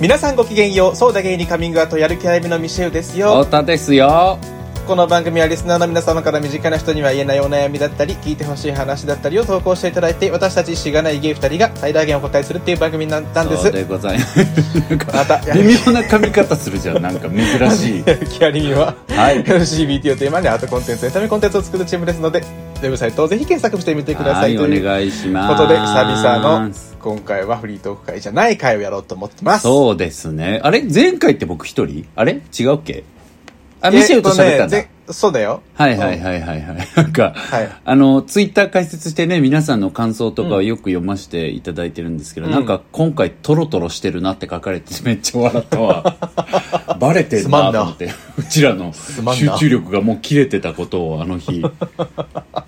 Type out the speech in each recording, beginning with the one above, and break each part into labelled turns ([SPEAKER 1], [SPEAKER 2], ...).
[SPEAKER 1] 皆さんごきげんようそうだゲイにカミングアウトやる気ありみのミシェウですよ
[SPEAKER 2] 太田ですよ
[SPEAKER 1] この番組はリスナーの皆様から身近な人には言えないお悩みだったり聞いてほしい話だったりを投稿していただいて私たちしがないゲイ2人が最大限お答えするっていう番組になったんで
[SPEAKER 2] そう
[SPEAKER 1] す
[SPEAKER 2] でございますなんか
[SPEAKER 1] またや
[SPEAKER 2] 微妙な髪型するじゃんなんか珍しい
[SPEAKER 1] やる気ありみは、
[SPEAKER 2] はい
[SPEAKER 1] LGBT をテーマにアートコンテンツエンタメコンテンツを作るチームですのでウェブサイトをぜひ検索してみてくださいと
[SPEAKER 2] はいいうお願いします
[SPEAKER 1] ことで久々の今回はフリートーク会じゃない会をやろうと思ってます
[SPEAKER 2] そうですねあれ前回って僕一人あれ違うっけあ
[SPEAKER 1] え
[SPEAKER 2] ミシェルと喋ったんだ、
[SPEAKER 1] えっとねぜそうだよ
[SPEAKER 2] はいはいはいはい はい。なんか、
[SPEAKER 1] はい
[SPEAKER 2] あの、ツイッター開設してね、皆さんの感想とかをよく読ませていただいてるんですけど、
[SPEAKER 1] うん
[SPEAKER 2] なんか今回トロトロしてるなって書かれてめっちゃ笑ったわ。 バレてんなと思って。うちらの集
[SPEAKER 1] まんな
[SPEAKER 2] 中力がもう切れてたことをあの日。でも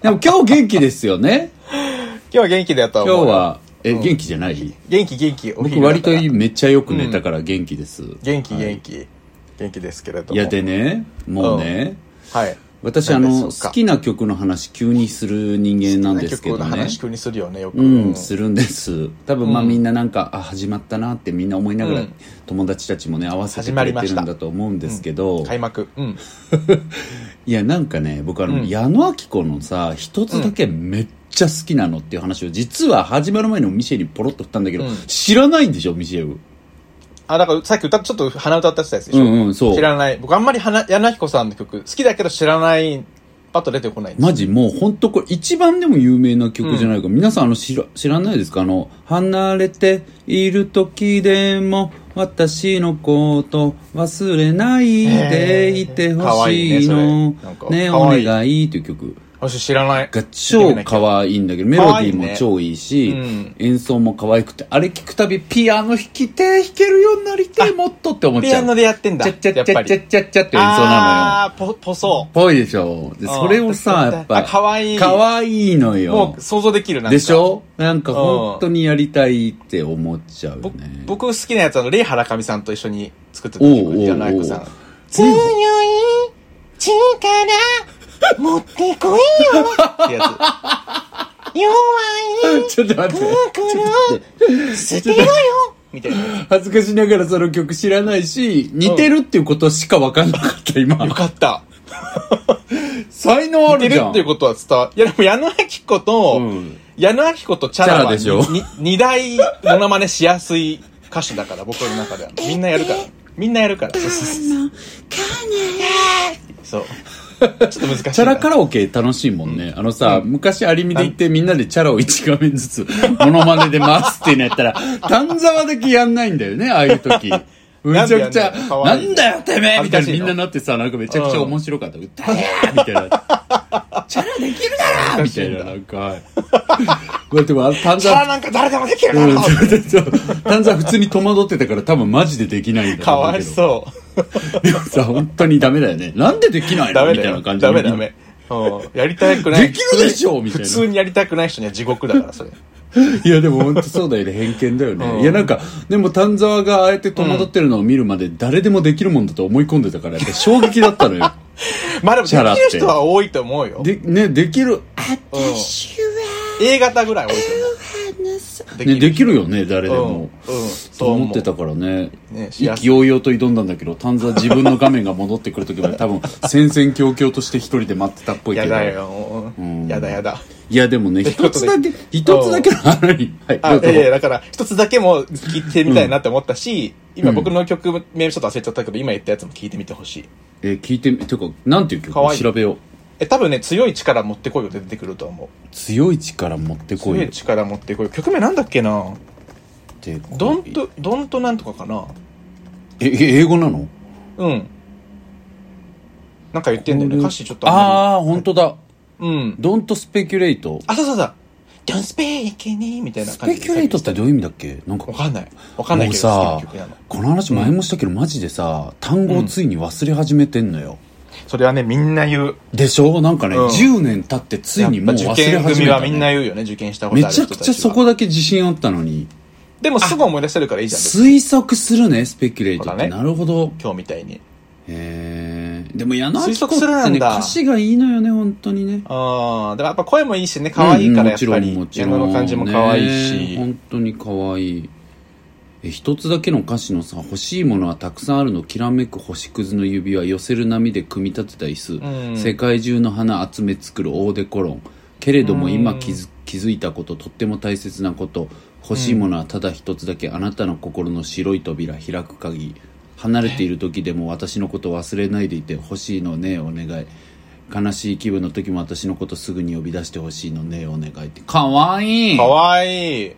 [SPEAKER 2] 今日元気ですよ ね。
[SPEAKER 1] 今日は元気だと
[SPEAKER 2] 今
[SPEAKER 1] 思
[SPEAKER 2] 日
[SPEAKER 1] うよ
[SPEAKER 2] は、え、元気じゃない
[SPEAKER 1] 元気元気お
[SPEAKER 2] 僕
[SPEAKER 1] 昼だから
[SPEAKER 2] 割とめっちゃよく寝たから元気です。
[SPEAKER 1] 元気
[SPEAKER 2] はい
[SPEAKER 1] 元気、元気ですけれども
[SPEAKER 2] いやでね、もうね、
[SPEAKER 1] はい
[SPEAKER 2] 私あ
[SPEAKER 1] 何でしょ
[SPEAKER 2] の
[SPEAKER 1] うか
[SPEAKER 2] 好きな曲の話急にする人間なんですけど
[SPEAKER 1] 好きな曲の
[SPEAKER 2] ね
[SPEAKER 1] 話急にするよねよく、
[SPEAKER 2] うん、するんです多分まあ
[SPEAKER 1] うん
[SPEAKER 2] みんななんか、あ始まったなってみんな思いながら、
[SPEAKER 1] うん
[SPEAKER 2] 友達たちもね合わせて
[SPEAKER 1] 始
[SPEAKER 2] く
[SPEAKER 1] まり
[SPEAKER 2] れて
[SPEAKER 1] ま
[SPEAKER 2] る
[SPEAKER 1] し
[SPEAKER 2] ん
[SPEAKER 1] た
[SPEAKER 2] だと思うんですけど、
[SPEAKER 1] 開幕うん
[SPEAKER 2] いやなんかね僕あの、
[SPEAKER 1] うん
[SPEAKER 2] 矢野明子のさ一つだけめっちゃ好きなのっていう話を実は始まる前のミシェルにポロッと振ったんだけど、
[SPEAKER 1] うん
[SPEAKER 2] 知らないんでしょミシェル
[SPEAKER 1] あだからさっき歌っちょっと鼻歌ったやつでし
[SPEAKER 2] う
[SPEAKER 1] ょ、
[SPEAKER 2] んうんそう
[SPEAKER 1] 知らない僕あんまり花柳彦さんの曲好きだけど知らないパッと出てこないんです
[SPEAKER 2] マジもう本当これ一番でも有名な曲じゃないか、皆さんあの知ら知らないですかあの「離れている時でも私のこと忘れないでいてほしいの
[SPEAKER 1] えー可愛いねそれなん」か
[SPEAKER 2] ね「
[SPEAKER 1] 可
[SPEAKER 2] お
[SPEAKER 1] 愛い
[SPEAKER 2] 願い」という曲
[SPEAKER 1] 私知らない
[SPEAKER 2] が超可愛いんだけどメロディーも超いいし
[SPEAKER 1] 可愛いね
[SPEAKER 2] 演奏も可愛くてあれ聞くたびピアノ弾きてえ弾けるようになりてえもっとって思っち
[SPEAKER 1] ピ
[SPEAKER 2] ゃ
[SPEAKER 1] アノ
[SPEAKER 2] う。
[SPEAKER 1] でやってんだ
[SPEAKER 2] ちゃっちゃっち
[SPEAKER 1] や
[SPEAKER 2] ゃ
[SPEAKER 1] っぱ
[SPEAKER 2] っ
[SPEAKER 1] り
[SPEAKER 2] ちゃっちゃっちゃっていう演奏なのよ。
[SPEAKER 1] あーぽぽそ
[SPEAKER 2] ぽいでしょで
[SPEAKER 1] うん
[SPEAKER 2] それをさやっぱ
[SPEAKER 1] あ可愛い
[SPEAKER 2] 可愛いの
[SPEAKER 1] うも
[SPEAKER 2] よ
[SPEAKER 1] う想像できるなんか
[SPEAKER 2] でしょなんか本当にやりたいって思っちゃう
[SPEAKER 1] ぼ
[SPEAKER 2] ね
[SPEAKER 1] 僕好きなやつはあのレイ・ハラカミさんと一緒に作ってた
[SPEAKER 2] おうおうお
[SPEAKER 1] 曲
[SPEAKER 2] う
[SPEAKER 1] じゃない子さん
[SPEAKER 2] 強い
[SPEAKER 3] 力持ってこいよ
[SPEAKER 1] ってやつ
[SPEAKER 3] 弱い
[SPEAKER 2] ちょっと待って
[SPEAKER 3] 心捨てろよ
[SPEAKER 1] みたいなやつ
[SPEAKER 2] 恥ずかしながらその曲知らないし似てるっていうことしか分かんなかった今
[SPEAKER 1] よかった。
[SPEAKER 2] 才能あ
[SPEAKER 1] 似て
[SPEAKER 2] るじ
[SPEAKER 1] る
[SPEAKER 2] ゃん
[SPEAKER 1] っていうことは伝わいや、でも矢野明子と、
[SPEAKER 2] うん
[SPEAKER 1] 矢野明子とチャラは
[SPEAKER 2] チャラでしょ
[SPEAKER 1] に二大モノマネしやすい歌手だから、僕の中では。みんなやるから。みんなやるから。そうそうそうそうちょっと難しいな。
[SPEAKER 2] チャラカラオケ楽しいもんね。あのさ、昔アリミで行ってみんなでチャラを1画面ずつモノマネで回すっていうのやっ たら、丹沢だけやんないんだよね、ああいう時。めちゃくちゃ、
[SPEAKER 1] なんでやんの
[SPEAKER 2] な
[SPEAKER 1] 可愛い
[SPEAKER 2] んだよてめえみ
[SPEAKER 1] 恥ずか
[SPEAKER 2] たいな
[SPEAKER 1] しい
[SPEAKER 2] み
[SPEAKER 1] の
[SPEAKER 2] んななってさ、なんかめちゃくちゃ面白かった。歌えみたいな。チャラできるだろみ
[SPEAKER 1] 恥ず
[SPEAKER 2] た
[SPEAKER 1] かし
[SPEAKER 2] い
[SPEAKER 1] いんだ
[SPEAKER 2] な、なんか。はいまあでも、丹
[SPEAKER 1] チャラ
[SPEAKER 2] 沢、
[SPEAKER 1] なんか誰でもできるだ
[SPEAKER 2] う
[SPEAKER 1] ろ
[SPEAKER 2] ん、そうそうそう丹沢普通に戸惑ってたから多分マジでできないんだ
[SPEAKER 1] か
[SPEAKER 2] ろう
[SPEAKER 1] わ
[SPEAKER 2] け
[SPEAKER 1] い
[SPEAKER 2] ど。
[SPEAKER 1] そう。
[SPEAKER 2] でもさ、本当にダメだよね。なんでできない
[SPEAKER 1] ダ
[SPEAKER 2] の
[SPEAKER 1] メ
[SPEAKER 2] み
[SPEAKER 1] だ
[SPEAKER 2] たい
[SPEAKER 1] よ。
[SPEAKER 2] な感じ
[SPEAKER 1] ダメ
[SPEAKER 2] で
[SPEAKER 1] ダメ。うんやりたくない。
[SPEAKER 2] できるでしょみたいな
[SPEAKER 1] 普通にやりたくない人には地獄だから、それ。
[SPEAKER 2] いやでも本当そうだよね偏見だよね、
[SPEAKER 1] うん
[SPEAKER 2] いやなんかでも丹沢がああやって戸惑ってるのを見るまで誰でもできるもんだと思い込んでたからやっぱ衝撃だったの よ
[SPEAKER 1] まあでも、で
[SPEAKER 2] チャラって
[SPEAKER 1] きる人は多いと思うよ。
[SPEAKER 2] でねできる、
[SPEAKER 1] うん A 型ぐらい多いと思う。
[SPEAKER 2] ね、できるよね誰でも、
[SPEAKER 1] うんうんそう
[SPEAKER 2] と
[SPEAKER 1] 思う
[SPEAKER 2] 思ってたからね
[SPEAKER 1] ね
[SPEAKER 2] 意気揚々と挑んだんだけど丹沢自分の画面が戻ってくる時まで多分戦々恐々として一人で待ってたっぽいけ
[SPEAKER 1] や
[SPEAKER 2] ど
[SPEAKER 1] だよ、
[SPEAKER 2] ん
[SPEAKER 1] やだやだ
[SPEAKER 2] いやでもね
[SPEAKER 1] というこ
[SPEAKER 2] 一
[SPEAKER 1] と
[SPEAKER 2] つ
[SPEAKER 1] で
[SPEAKER 2] だけ一つだけの話にはい
[SPEAKER 1] あ
[SPEAKER 2] どうぞ
[SPEAKER 1] いやいやだから一つだけも聞いてみたいなって思ったし、今僕の曲名ちょっと忘れちゃったけど今言ったやつも聞いてみてほしい
[SPEAKER 2] えー聞いてみてかなんていう曲
[SPEAKER 1] かわいい
[SPEAKER 2] 調べよう
[SPEAKER 1] え多分ね強い力持ってこいよ出てくると思う
[SPEAKER 2] 強い力持ってこ
[SPEAKER 1] 強
[SPEAKER 2] いよ
[SPEAKER 1] い力持ってこいよ曲名なんだっけな
[SPEAKER 2] ってこい
[SPEAKER 1] ドンとドンとなんとかかな
[SPEAKER 2] ええ英語なの
[SPEAKER 1] うんなんか言ってんだよね歌詞ちょっとあ
[SPEAKER 2] ああー本当だ
[SPEAKER 1] んまりうん
[SPEAKER 2] Don't speculate
[SPEAKER 1] あそうそうそう Don't speak any みたいな
[SPEAKER 2] ス
[SPEAKER 1] 感じ
[SPEAKER 2] ペ
[SPEAKER 1] で
[SPEAKER 2] キュレートってどういう意味だっけなんか
[SPEAKER 1] わかんないわかんないけど
[SPEAKER 2] も
[SPEAKER 1] 好
[SPEAKER 2] う
[SPEAKER 1] きな曲な
[SPEAKER 2] さ
[SPEAKER 1] の
[SPEAKER 2] この話前もしたけど、マジでさ単語をついに忘れ始めてんのよ、
[SPEAKER 1] それはねみんな言う
[SPEAKER 2] でしょなんかね、
[SPEAKER 1] うん
[SPEAKER 2] 10年経ってついにもう忘れ
[SPEAKER 1] やっぱ受験
[SPEAKER 2] 始め
[SPEAKER 1] 組
[SPEAKER 2] た、
[SPEAKER 1] は
[SPEAKER 2] ね、
[SPEAKER 1] みんな言うよね受験したことあ
[SPEAKER 2] め
[SPEAKER 1] る人
[SPEAKER 2] ちゃ
[SPEAKER 1] た
[SPEAKER 2] く
[SPEAKER 1] ちは
[SPEAKER 2] ちゃそこだけ自信あったのに
[SPEAKER 1] でもすぐ思い出せるからいいじゃん別に
[SPEAKER 2] 推測するねスペキュレートっ
[SPEAKER 1] そうだ
[SPEAKER 2] て、
[SPEAKER 1] ね
[SPEAKER 2] なるほど
[SPEAKER 1] 今日みたいに
[SPEAKER 2] へえでも柳子
[SPEAKER 1] 推測
[SPEAKER 2] っ
[SPEAKER 1] するな
[SPEAKER 2] てね
[SPEAKER 1] んだ
[SPEAKER 2] 歌詞がいいのよね本当にね
[SPEAKER 1] ああでもやっぱ声もいいしね可愛いからやっぱ
[SPEAKER 2] うん
[SPEAKER 1] り
[SPEAKER 2] もちろ
[SPEAKER 1] 矢
[SPEAKER 2] んも
[SPEAKER 1] 野
[SPEAKER 2] ちろん
[SPEAKER 1] の感じも可愛いし
[SPEAKER 2] ね本当に可愛いえ一つだけの歌詞のさ、欲しいものはたくさんあるの、きらめく星屑の指輪、寄せる波で組み立てた椅子、
[SPEAKER 1] うん
[SPEAKER 2] 世界中の花集め作るオーデコロン、けれども今気づ気づいたこと、とっても大切なこと、欲しいものはただ一つだけ、あなたの心の白い扉、開く鍵、離れている時でも私のこと忘れないでいて、欲しいのね、お願い。悲しい気分の時も私のことすぐに呼び出してほしいのね、お願いって。かわいい
[SPEAKER 1] かわいい。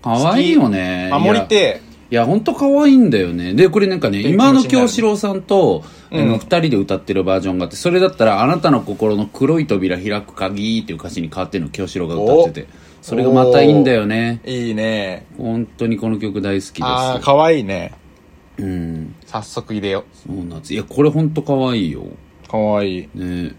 [SPEAKER 2] かわいいよね。
[SPEAKER 1] 守り
[SPEAKER 2] いや
[SPEAKER 1] て
[SPEAKER 2] いや、ほんと可愛いんだよね。で、これなんかね、
[SPEAKER 1] っていう
[SPEAKER 2] 今の
[SPEAKER 1] 気持ちになる
[SPEAKER 2] 京志郎さんと、あ
[SPEAKER 1] う
[SPEAKER 2] の、
[SPEAKER 1] ん
[SPEAKER 2] 二人で歌ってるバージョンがあって、それだったら、あなたの心の黒い扉開く鍵っていう歌詞に変わってるの、京志郎が歌ってて。それがまたいいんだよね。
[SPEAKER 1] え。いいね。
[SPEAKER 2] 本当にこの曲大好き
[SPEAKER 1] ああ、
[SPEAKER 2] で
[SPEAKER 1] かわいいね。
[SPEAKER 2] す。うん。
[SPEAKER 1] 早速入れよ
[SPEAKER 2] そうなんです。いや、これほんと可愛いよ。
[SPEAKER 1] う。かわいい。
[SPEAKER 2] ね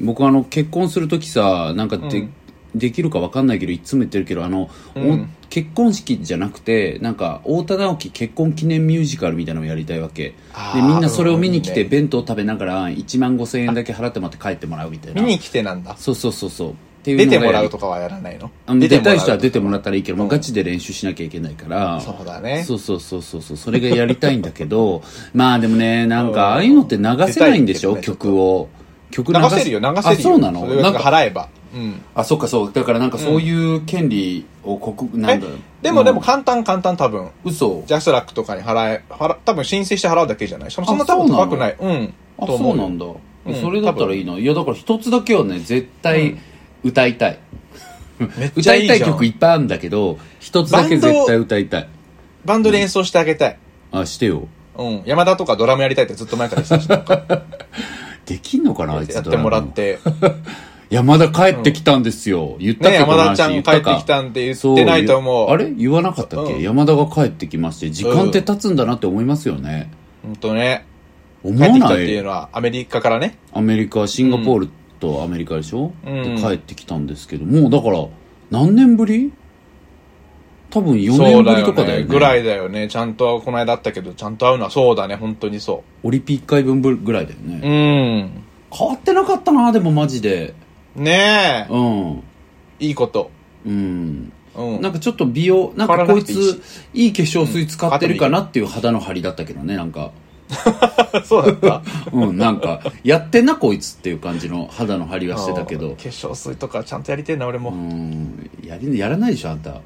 [SPEAKER 2] 僕あの、結婚するときさ、なんかで、
[SPEAKER 1] うん
[SPEAKER 2] できるかわかんないけど、いつも言ってるけど、あの、お
[SPEAKER 1] うん
[SPEAKER 2] 結婚式じゃなくて、なんか、太田直樹結婚記念ミュージカルみたいなのをやりたいわけ。
[SPEAKER 1] あ
[SPEAKER 2] で、
[SPEAKER 1] ー
[SPEAKER 2] みんなそれを見に来
[SPEAKER 1] いい
[SPEAKER 2] て、
[SPEAKER 1] ね
[SPEAKER 2] 弁当食べながら、1万5千円だけ払ってもらって帰ってもらうみたいな。
[SPEAKER 1] 見に来てなんだ。
[SPEAKER 2] そうそうそうそう。っていうの
[SPEAKER 1] 出
[SPEAKER 2] が
[SPEAKER 1] てもらうとかはやらないの
[SPEAKER 2] あの出
[SPEAKER 1] ても
[SPEAKER 2] た
[SPEAKER 1] らう
[SPEAKER 2] い人は出てもらったらいいけど、もううんガチで練習しなきゃいけないから。
[SPEAKER 1] そうだね
[SPEAKER 2] そうそうそうそうそう。それがやりたいんだ けど、まあでもね、なんか、ああいうのって流せないんでしょ、
[SPEAKER 1] 出たいけどね
[SPEAKER 2] 曲を。曲
[SPEAKER 1] 流
[SPEAKER 2] す
[SPEAKER 1] せるよ、流せるよ。
[SPEAKER 2] あ、そうなの
[SPEAKER 1] それ
[SPEAKER 2] な
[SPEAKER 1] なん
[SPEAKER 2] ん
[SPEAKER 1] か
[SPEAKER 2] か、
[SPEAKER 1] 払えば。うん。
[SPEAKER 2] あ、そっかそう。だからなんかそういう権利を国、なんだろう。
[SPEAKER 1] でも、でも
[SPEAKER 2] うん、
[SPEAKER 1] 簡単簡単多分。
[SPEAKER 2] 嘘。
[SPEAKER 1] ジャスラックとかに払え、払、多分申請して払うだけじゃないそのそんな
[SPEAKER 2] あそ
[SPEAKER 1] 多
[SPEAKER 2] う
[SPEAKER 1] 分
[SPEAKER 2] なの
[SPEAKER 1] 高くない。うん。
[SPEAKER 2] あ、
[SPEAKER 1] と思
[SPEAKER 2] そう
[SPEAKER 1] よ
[SPEAKER 2] うなんだ。
[SPEAKER 1] ん
[SPEAKER 2] それだったらいいな。いや、だから一つだけはね、絶対歌いたい。
[SPEAKER 1] めっちゃ
[SPEAKER 2] 歌
[SPEAKER 1] い
[SPEAKER 2] い
[SPEAKER 1] いじ
[SPEAKER 2] た
[SPEAKER 1] ゃ
[SPEAKER 2] い
[SPEAKER 1] ん。
[SPEAKER 2] 曲いっぱいあるんだけど、一つだけ絶対歌いたい。
[SPEAKER 1] バンドで演奏してあげたい。
[SPEAKER 2] あ、してよ。
[SPEAKER 1] うん。山田とかドラムやりたいってずっと前から言ってたし
[SPEAKER 2] できんのかなあいつ
[SPEAKER 1] やっ
[SPEAKER 2] ド
[SPEAKER 1] て
[SPEAKER 2] ラ
[SPEAKER 1] も
[SPEAKER 2] ム
[SPEAKER 1] らって。
[SPEAKER 2] いや、まだ帰ってきたんですよ。言ったっけ
[SPEAKER 1] ね
[SPEAKER 2] この
[SPEAKER 1] 山田
[SPEAKER 2] 話
[SPEAKER 1] ちゃん
[SPEAKER 2] 言ったか
[SPEAKER 1] 帰ってきたんで言ってないと思う
[SPEAKER 2] そあれ言わなかったっけ、
[SPEAKER 1] うん
[SPEAKER 2] 山田が帰ってきまして、時間って経つんだなって思いますよね。
[SPEAKER 1] ほんとね。
[SPEAKER 2] 思
[SPEAKER 1] 帰って
[SPEAKER 2] わ
[SPEAKER 1] きたっ
[SPEAKER 2] な
[SPEAKER 1] ていう
[SPEAKER 2] い
[SPEAKER 1] のはアメリカからね。
[SPEAKER 2] アメリカ、シンガポールとアメリカでしょ、
[SPEAKER 1] うん
[SPEAKER 2] で帰ってきたんですけど、もうだから、何年ぶり多分4
[SPEAKER 1] そ
[SPEAKER 2] 年
[SPEAKER 1] う
[SPEAKER 2] ぶ
[SPEAKER 1] だ
[SPEAKER 2] りと
[SPEAKER 1] よ
[SPEAKER 2] かだよ
[SPEAKER 1] ね。
[SPEAKER 2] ね。
[SPEAKER 1] ぐらいだよね。ちゃんとこの間あったけど、ちゃんと会うのはそうだね。本当にそ
[SPEAKER 2] オリンピック回分ぐらいだよ
[SPEAKER 1] う。う
[SPEAKER 2] ね。
[SPEAKER 1] ん。
[SPEAKER 2] 変わってなかったな、でもマジで。
[SPEAKER 1] ね
[SPEAKER 2] うん。
[SPEAKER 1] え。いいこと。
[SPEAKER 2] うん。
[SPEAKER 1] うん。
[SPEAKER 2] なんかちょっと美容、なんか
[SPEAKER 1] 変わら
[SPEAKER 2] こ
[SPEAKER 1] ないくて
[SPEAKER 2] つ
[SPEAKER 1] いいし、
[SPEAKER 2] いい化粧水使ってるかなっていう肌の張りだったけどね、なんか。
[SPEAKER 1] そうだっ
[SPEAKER 2] うん、なんか、やってんなこいつっていう感じの肌の張り
[SPEAKER 1] た。
[SPEAKER 2] はしてたけ
[SPEAKER 1] 化
[SPEAKER 2] ど。
[SPEAKER 1] 粧水とかちゃんとやりてえな、俺
[SPEAKER 2] う
[SPEAKER 1] も。
[SPEAKER 2] ん、やり、やらないでしょ、あんた。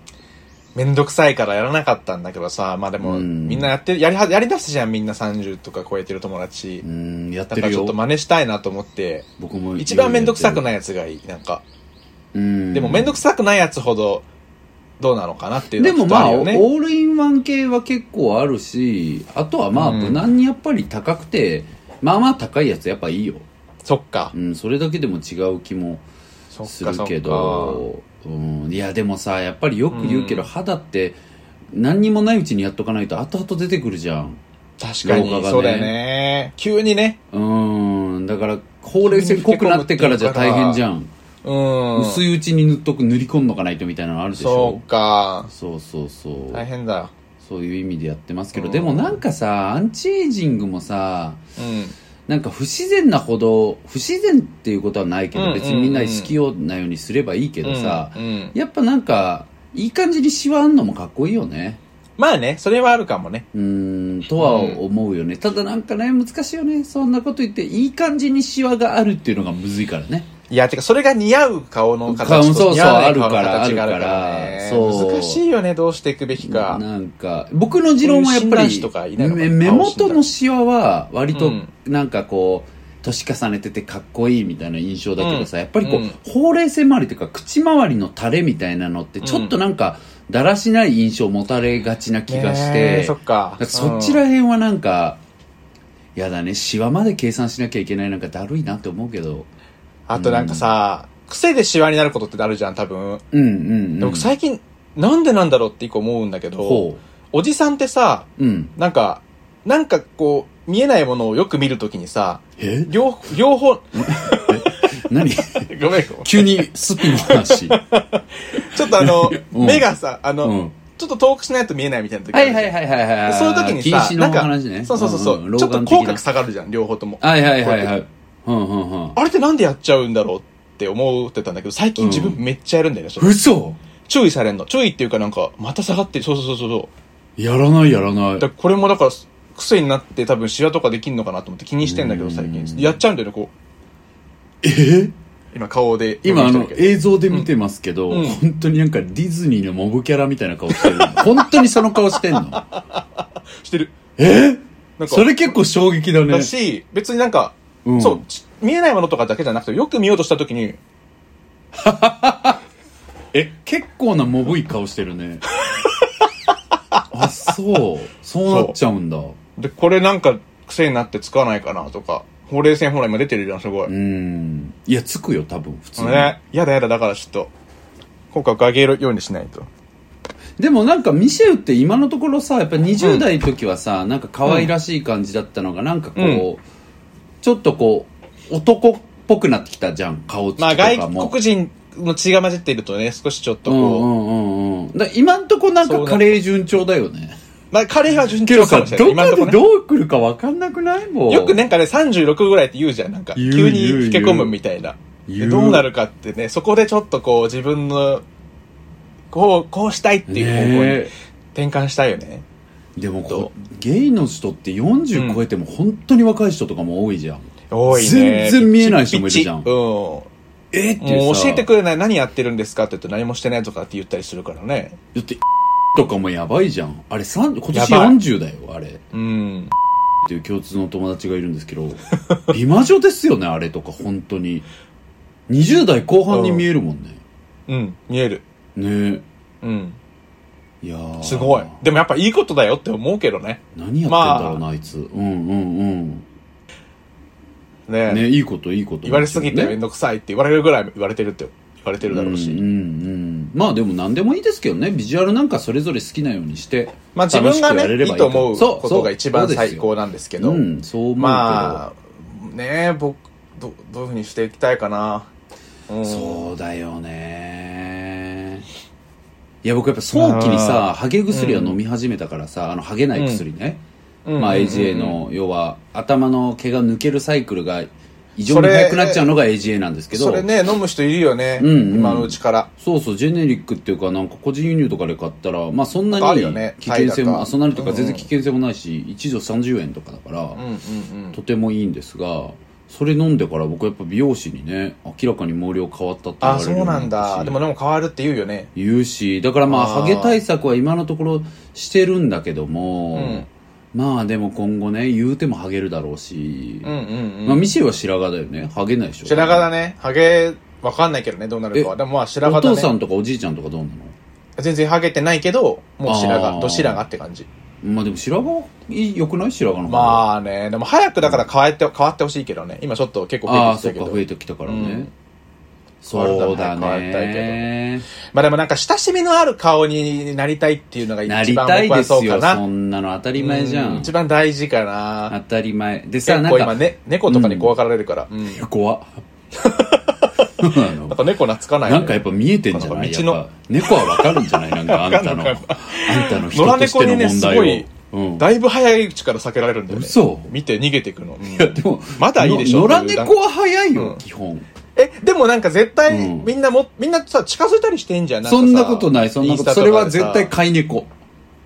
[SPEAKER 1] めんどくさいからやらなかったんだけどさ。まあでも、
[SPEAKER 2] うん
[SPEAKER 1] みんなやってる、やりは、やりだすじゃん。みんな30とか超えてる友達
[SPEAKER 2] う。ん、やっ
[SPEAKER 1] だ
[SPEAKER 2] て
[SPEAKER 1] から
[SPEAKER 2] る
[SPEAKER 1] ちょっ
[SPEAKER 2] よ
[SPEAKER 1] と。真似したいなと思って、
[SPEAKER 2] 僕も。
[SPEAKER 1] 一番めんどくさく
[SPEAKER 2] い
[SPEAKER 1] ないやつがいい。なんか。
[SPEAKER 2] ろいろやってる。うん。
[SPEAKER 1] でもめんどくさくないやつほど、どうなのかなっていうの
[SPEAKER 2] で
[SPEAKER 1] はちょ
[SPEAKER 2] も
[SPEAKER 1] っと
[SPEAKER 2] ま
[SPEAKER 1] あ
[SPEAKER 2] あ、
[SPEAKER 1] る
[SPEAKER 2] オ
[SPEAKER 1] よね。
[SPEAKER 2] ールインワン系は結構あるし、あとはまあ、
[SPEAKER 1] うん
[SPEAKER 2] 無難にやっぱり高くて、まあまあ高いやつやっぱいいよ。
[SPEAKER 1] そっか
[SPEAKER 2] う。ん、それだけでも違う気も
[SPEAKER 1] そっか
[SPEAKER 2] す
[SPEAKER 1] そっ
[SPEAKER 2] る
[SPEAKER 1] か。
[SPEAKER 2] けど、うん、いやでもさ、やっぱりよく言うけど、
[SPEAKER 1] うん
[SPEAKER 2] 肌って何にもないうちにやっとかないと後々出てくるじゃん。
[SPEAKER 1] 確かに、
[SPEAKER 2] 老化がね
[SPEAKER 1] そうだよね。急にね。
[SPEAKER 2] うん、だから、ほうれい線濃くなってからじゃ大変じゃん。
[SPEAKER 1] うん。
[SPEAKER 2] 薄いうちに塗っとく、塗り込んのかないとみたいなのあるでし
[SPEAKER 1] そ
[SPEAKER 2] ょ
[SPEAKER 1] う。か。
[SPEAKER 2] そうそうそう。
[SPEAKER 1] 大変だよ。
[SPEAKER 2] そういう意味でやってますけど、
[SPEAKER 1] うん
[SPEAKER 2] でもなんかさ、アンチエイジングもさ、
[SPEAKER 1] うん。
[SPEAKER 2] なんか不自然なほど、不自然っていうことはないけど、
[SPEAKER 1] うんうんうん
[SPEAKER 2] 別にみんな好きようなようにすればいいけどさ、
[SPEAKER 1] うんうん
[SPEAKER 2] やっぱなんか、いい感じにシワあんのもかっこいいよね。
[SPEAKER 1] まあね、それはあるかもね。
[SPEAKER 2] うーん、とは思うよね。ただなんかね、難しいよね。そんなこと言って、いい感じにシワがあるっていうのがむずいからね。
[SPEAKER 1] いや、てか、それが似合う顔の
[SPEAKER 2] 顔
[SPEAKER 1] 形
[SPEAKER 2] そうそう
[SPEAKER 1] と似合わない顔の
[SPEAKER 2] あるから
[SPEAKER 1] 形があるか
[SPEAKER 2] あ
[SPEAKER 1] ら
[SPEAKER 2] るから
[SPEAKER 1] ね。
[SPEAKER 2] そう
[SPEAKER 1] 難しいよね、どうしていくべきか。
[SPEAKER 2] なんか、僕の持論はやっぱ
[SPEAKER 1] こういう診断
[SPEAKER 2] り
[SPEAKER 1] 士とかいないのか
[SPEAKER 2] め
[SPEAKER 1] な
[SPEAKER 2] 目元のシワは割と
[SPEAKER 1] うん
[SPEAKER 2] なんかこう、年重ねててかっこいいみたいな印象だけどさ、
[SPEAKER 1] うん
[SPEAKER 2] やっぱりこう、
[SPEAKER 1] うん
[SPEAKER 2] ほうれい線周りというか口周りのタレみたいなのってちょっとなんか、だらしない印象を持たれがちな気がして、
[SPEAKER 1] ねえそっか。
[SPEAKER 2] そっちら辺はなんか、やだね、シワまで計算しなきゃいけないなんかだるいなって思うけど。
[SPEAKER 1] あとなんかさ、癖でシワになることってあるじゃん、多分。
[SPEAKER 2] うんうんうん。
[SPEAKER 1] で僕最近、なんでなんだろうって一個思うんだけど、
[SPEAKER 2] ほ
[SPEAKER 1] おじさんってさ、
[SPEAKER 2] う。うん。
[SPEAKER 1] なんか、なんかこう、見えないものをよく見るときにさ、
[SPEAKER 2] え
[SPEAKER 1] 両、両 方、ご
[SPEAKER 2] 何
[SPEAKER 1] めんごめん。ち
[SPEAKER 2] 急にスピの 話。
[SPEAKER 1] ょっとあの、
[SPEAKER 2] うん
[SPEAKER 1] 目がさ、あの、
[SPEAKER 2] うん。
[SPEAKER 1] ちょっと遠くしないと見えないみたいな時あ
[SPEAKER 2] は
[SPEAKER 1] るじ
[SPEAKER 2] い
[SPEAKER 1] ゃん
[SPEAKER 2] はいはいはいはいはい。
[SPEAKER 1] そういう時にさ、
[SPEAKER 2] 禁止
[SPEAKER 1] な
[SPEAKER 2] の
[SPEAKER 1] んか
[SPEAKER 2] 話ね。
[SPEAKER 1] そうそうそうそう、
[SPEAKER 2] んん
[SPEAKER 1] ちょっと
[SPEAKER 2] 老眼的
[SPEAKER 1] 口
[SPEAKER 2] な
[SPEAKER 1] 角下がるじゃん、両方とも。
[SPEAKER 2] はいはいはいはい。うんうんうん。
[SPEAKER 1] あれってなんでやっちゃうんだろうって思ってたんだけど、最近自分めっちゃやるんだよね、それ
[SPEAKER 2] 嘘
[SPEAKER 1] 注意されんの。注意っていうかなんか、また下がってる。そうそうそうそう。
[SPEAKER 2] やらないやらない
[SPEAKER 1] だからこれもだから癖になって多分シワとかできんのかなと思って気にしてんだけど最
[SPEAKER 2] うん
[SPEAKER 1] 近やっちゃうんだよねこう
[SPEAKER 2] えー
[SPEAKER 1] 今顔で
[SPEAKER 2] 今
[SPEAKER 1] 伸
[SPEAKER 2] あ
[SPEAKER 1] び
[SPEAKER 2] の
[SPEAKER 1] てるけど
[SPEAKER 2] 映像で見てますけど、
[SPEAKER 1] うんうん
[SPEAKER 2] 本当になんかディズニーのモブキャラみたいな 顔してる本当にその顔してんの
[SPEAKER 1] してる
[SPEAKER 2] え
[SPEAKER 1] なんか
[SPEAKER 2] それ結構衝撃だね
[SPEAKER 1] だし別になんか、
[SPEAKER 2] うん
[SPEAKER 1] そうち見えないものとかだけじゃなくてよく見ようとした時に
[SPEAKER 2] え結構なモブい顔してるね あそうそうなっちゃうんだう
[SPEAKER 1] でこれなんか癖になって使わないかなとかほうれい線ほら今出てるじゃんすごい、
[SPEAKER 2] んいやつくよ多分普通に、
[SPEAKER 1] ねやだやだだからちょっと口角上げるようにしないと
[SPEAKER 2] でもなんかミシェウって今のところさやっぱ20代の時はさ、なんか可愛らしい感じだったのがなんかこう、
[SPEAKER 1] う
[SPEAKER 2] ちょっとこう男っぽくなってきたじゃん顔つきと
[SPEAKER 1] ま
[SPEAKER 2] か
[SPEAKER 1] あ
[SPEAKER 2] も、
[SPEAKER 1] 外国人の血が混じっているとね少しちょっと
[SPEAKER 2] う
[SPEAKER 1] こう、
[SPEAKER 2] んうんうんうんだから今んとこなん
[SPEAKER 1] そ
[SPEAKER 2] か
[SPEAKER 1] うだ
[SPEAKER 2] カレー順調だよね
[SPEAKER 1] まあ彼は順
[SPEAKER 2] け
[SPEAKER 1] 調
[SPEAKER 2] ど
[SPEAKER 1] か
[SPEAKER 2] さ
[SPEAKER 1] もしれ
[SPEAKER 2] ど
[SPEAKER 1] ない今のと
[SPEAKER 2] こ
[SPEAKER 1] こ
[SPEAKER 2] で
[SPEAKER 1] ね
[SPEAKER 2] どう来るか分かんなくないもう
[SPEAKER 1] よくなんかね、36ぐらいって言うじゃん、なんか。
[SPEAKER 2] 言う
[SPEAKER 1] 急に
[SPEAKER 2] 言う
[SPEAKER 1] 老け込むみたいな。
[SPEAKER 2] 言
[SPEAKER 1] で
[SPEAKER 2] う
[SPEAKER 1] どうなるかってね、そこでちょっとこう自分の、こう、こうしたいっていう方向
[SPEAKER 2] ね
[SPEAKER 1] に転換したいよね。
[SPEAKER 2] でもこ
[SPEAKER 1] ど
[SPEAKER 2] うゲイの人って40超えても本当に若い人とかも多いじゃん、
[SPEAKER 1] 多いね。
[SPEAKER 2] 全然見えない人もいるじゃん
[SPEAKER 1] ピチピチうん。
[SPEAKER 2] えってい
[SPEAKER 1] も
[SPEAKER 2] う
[SPEAKER 1] う
[SPEAKER 2] さ
[SPEAKER 1] 教えてくれない。何やってるんですかって言って何もしてないとかって言ったりするからね。
[SPEAKER 2] だってとかもやばいじゃんあれさん今年
[SPEAKER 1] やばい
[SPEAKER 2] 40だよあれっ
[SPEAKER 1] うん。
[SPEAKER 2] ていう共通の友達がいるんですけど 美魔女ですよねあれとか本当に20代後半に見えるもんね、
[SPEAKER 1] うん。見える。
[SPEAKER 2] ね
[SPEAKER 1] うん。
[SPEAKER 2] いやー
[SPEAKER 1] すごい。でもやっぱいいことだよって思うけどね。
[SPEAKER 2] 何やってんだろうな、
[SPEAKER 1] ま
[SPEAKER 2] あ、いつうんうんうん
[SPEAKER 1] ね
[SPEAKER 2] ねいいこといいこと
[SPEAKER 1] 言われすぎてめん
[SPEAKER 2] ね
[SPEAKER 1] どくさいって言われるぐらい言われてるって、言われてるだろうし。
[SPEAKER 2] うんうんうんまあでも何でもいいですけどねビジュアルなんかそれぞれ好きなようにして
[SPEAKER 1] まあ自分が
[SPEAKER 2] 楽しくやれ
[SPEAKER 1] ね、
[SPEAKER 2] れ
[SPEAKER 1] い
[SPEAKER 2] ば
[SPEAKER 1] いと思う
[SPEAKER 2] そ
[SPEAKER 1] ことが一番最高
[SPEAKER 2] だ
[SPEAKER 1] なんですけ
[SPEAKER 2] け
[SPEAKER 1] ど、
[SPEAKER 2] うんそう思うけど、
[SPEAKER 1] まあ、ねえ、僕、ど、どういうふうにしていきたいかな。うん、
[SPEAKER 2] そうだよねいや僕やっぱ早期にさハゲ薬を飲み始めたからさ、あのハゲない薬ね、
[SPEAKER 1] うん。うん
[SPEAKER 2] まあ AGA。の要は頭の毛が抜けるサイクルが異常に速くなっちゃうのが AGA なんですけど
[SPEAKER 1] それね、飲む人いるよね。
[SPEAKER 2] うんうん
[SPEAKER 1] 今のうちから。
[SPEAKER 2] そうそうジェネリックっていうかなんか個人輸入とかで買ったらまあそんな
[SPEAKER 1] ある
[SPEAKER 2] に
[SPEAKER 1] よね
[SPEAKER 2] 危険
[SPEAKER 1] タイ
[SPEAKER 2] 性も、
[SPEAKER 1] だか
[SPEAKER 2] あそんなにと
[SPEAKER 1] う
[SPEAKER 2] か
[SPEAKER 1] んうん
[SPEAKER 2] 全然危険性もないし、一錠30円とかだから、
[SPEAKER 1] うんうんうん。
[SPEAKER 2] とてもいいんですがそれ飲んでから僕やっぱ美容師にね明らかに毛量変わったって言わ
[SPEAKER 1] あ、
[SPEAKER 2] れ
[SPEAKER 1] そ
[SPEAKER 2] るよ
[SPEAKER 1] う
[SPEAKER 2] に
[SPEAKER 1] な
[SPEAKER 2] っ
[SPEAKER 1] ん
[SPEAKER 2] た
[SPEAKER 1] だ。
[SPEAKER 2] し
[SPEAKER 1] でもでも変わるって言うよね。
[SPEAKER 2] 言うしだからまあ
[SPEAKER 1] あー
[SPEAKER 2] ハゲ対策は今のところしてるんだけども、
[SPEAKER 1] うん
[SPEAKER 2] まあでも今後ね言うてもハゲるだろうし、
[SPEAKER 1] うんうん
[SPEAKER 2] ま
[SPEAKER 1] う
[SPEAKER 2] あ、
[SPEAKER 1] ん。
[SPEAKER 2] ミシェルは白髪だよねハゲないでしょ
[SPEAKER 1] 白髪だね。ハゲ、わかんないけどね、どうなるかは。
[SPEAKER 2] え
[SPEAKER 1] でもまあ白
[SPEAKER 2] お
[SPEAKER 1] 髪だ
[SPEAKER 2] 父
[SPEAKER 1] ね。
[SPEAKER 2] さんとかおじいちゃんとかどうなの
[SPEAKER 1] 全然ハゲてないけど、もう白
[SPEAKER 2] あー
[SPEAKER 1] 髪、ど白髪って感じ。
[SPEAKER 2] まあでも白髪いい良くない白髪の方が
[SPEAKER 1] まあね、でも早くだから変えて、変わってほしいけどね。今ちょっと結構
[SPEAKER 2] あ
[SPEAKER 1] 増え
[SPEAKER 2] あ
[SPEAKER 1] てき
[SPEAKER 2] そ
[SPEAKER 1] た
[SPEAKER 2] っ
[SPEAKER 1] け
[SPEAKER 2] か
[SPEAKER 1] ど。
[SPEAKER 2] 増えてきたからね、
[SPEAKER 1] うん
[SPEAKER 2] そうだ
[SPEAKER 1] 変わりたい
[SPEAKER 2] ね
[SPEAKER 1] まあでもなんか親しみのある顔になりたいっていうのが
[SPEAKER 2] な
[SPEAKER 1] 一
[SPEAKER 2] り
[SPEAKER 1] 番
[SPEAKER 2] たい
[SPEAKER 1] 僕は
[SPEAKER 2] です
[SPEAKER 1] そうか
[SPEAKER 2] よ
[SPEAKER 1] な。
[SPEAKER 2] そんなの当たり前じゃ
[SPEAKER 1] うん一番大事かな。
[SPEAKER 2] 当たり前でさ
[SPEAKER 1] 結
[SPEAKER 2] なん
[SPEAKER 1] 構
[SPEAKER 2] か
[SPEAKER 1] 今ね、猫とかに怖がられるから。うん。
[SPEAKER 2] 怖 っそうなの
[SPEAKER 1] なんか猫懐かない、ね。
[SPEAKER 2] なんかやっぱ見えてんじゃない
[SPEAKER 1] なんか道の
[SPEAKER 2] やっぱ猫はわかるんじゃないな んかあんたのあんたの人
[SPEAKER 1] 野良
[SPEAKER 2] として
[SPEAKER 1] 猫
[SPEAKER 2] の
[SPEAKER 1] にね、
[SPEAKER 2] 問
[SPEAKER 1] す
[SPEAKER 2] 題を、
[SPEAKER 1] ごい、
[SPEAKER 2] うん、
[SPEAKER 1] だいぶ早いうちから避けられるんだよね。
[SPEAKER 2] 嘘
[SPEAKER 1] 見て逃げていくの。うん
[SPEAKER 2] でも
[SPEAKER 1] まだいいでしょ
[SPEAKER 2] の野良猫は早いよ、
[SPEAKER 1] うん
[SPEAKER 2] 基本
[SPEAKER 1] え、でもなんか絶対、
[SPEAKER 2] うん
[SPEAKER 1] みんなも、みんなさ、近づいたりしてんじゃん。なんか
[SPEAKER 2] そ
[SPEAKER 1] さ
[SPEAKER 2] んなことないそんなことそれは絶。
[SPEAKER 1] イン
[SPEAKER 2] 対
[SPEAKER 1] スタとかでさ
[SPEAKER 2] 飼い猫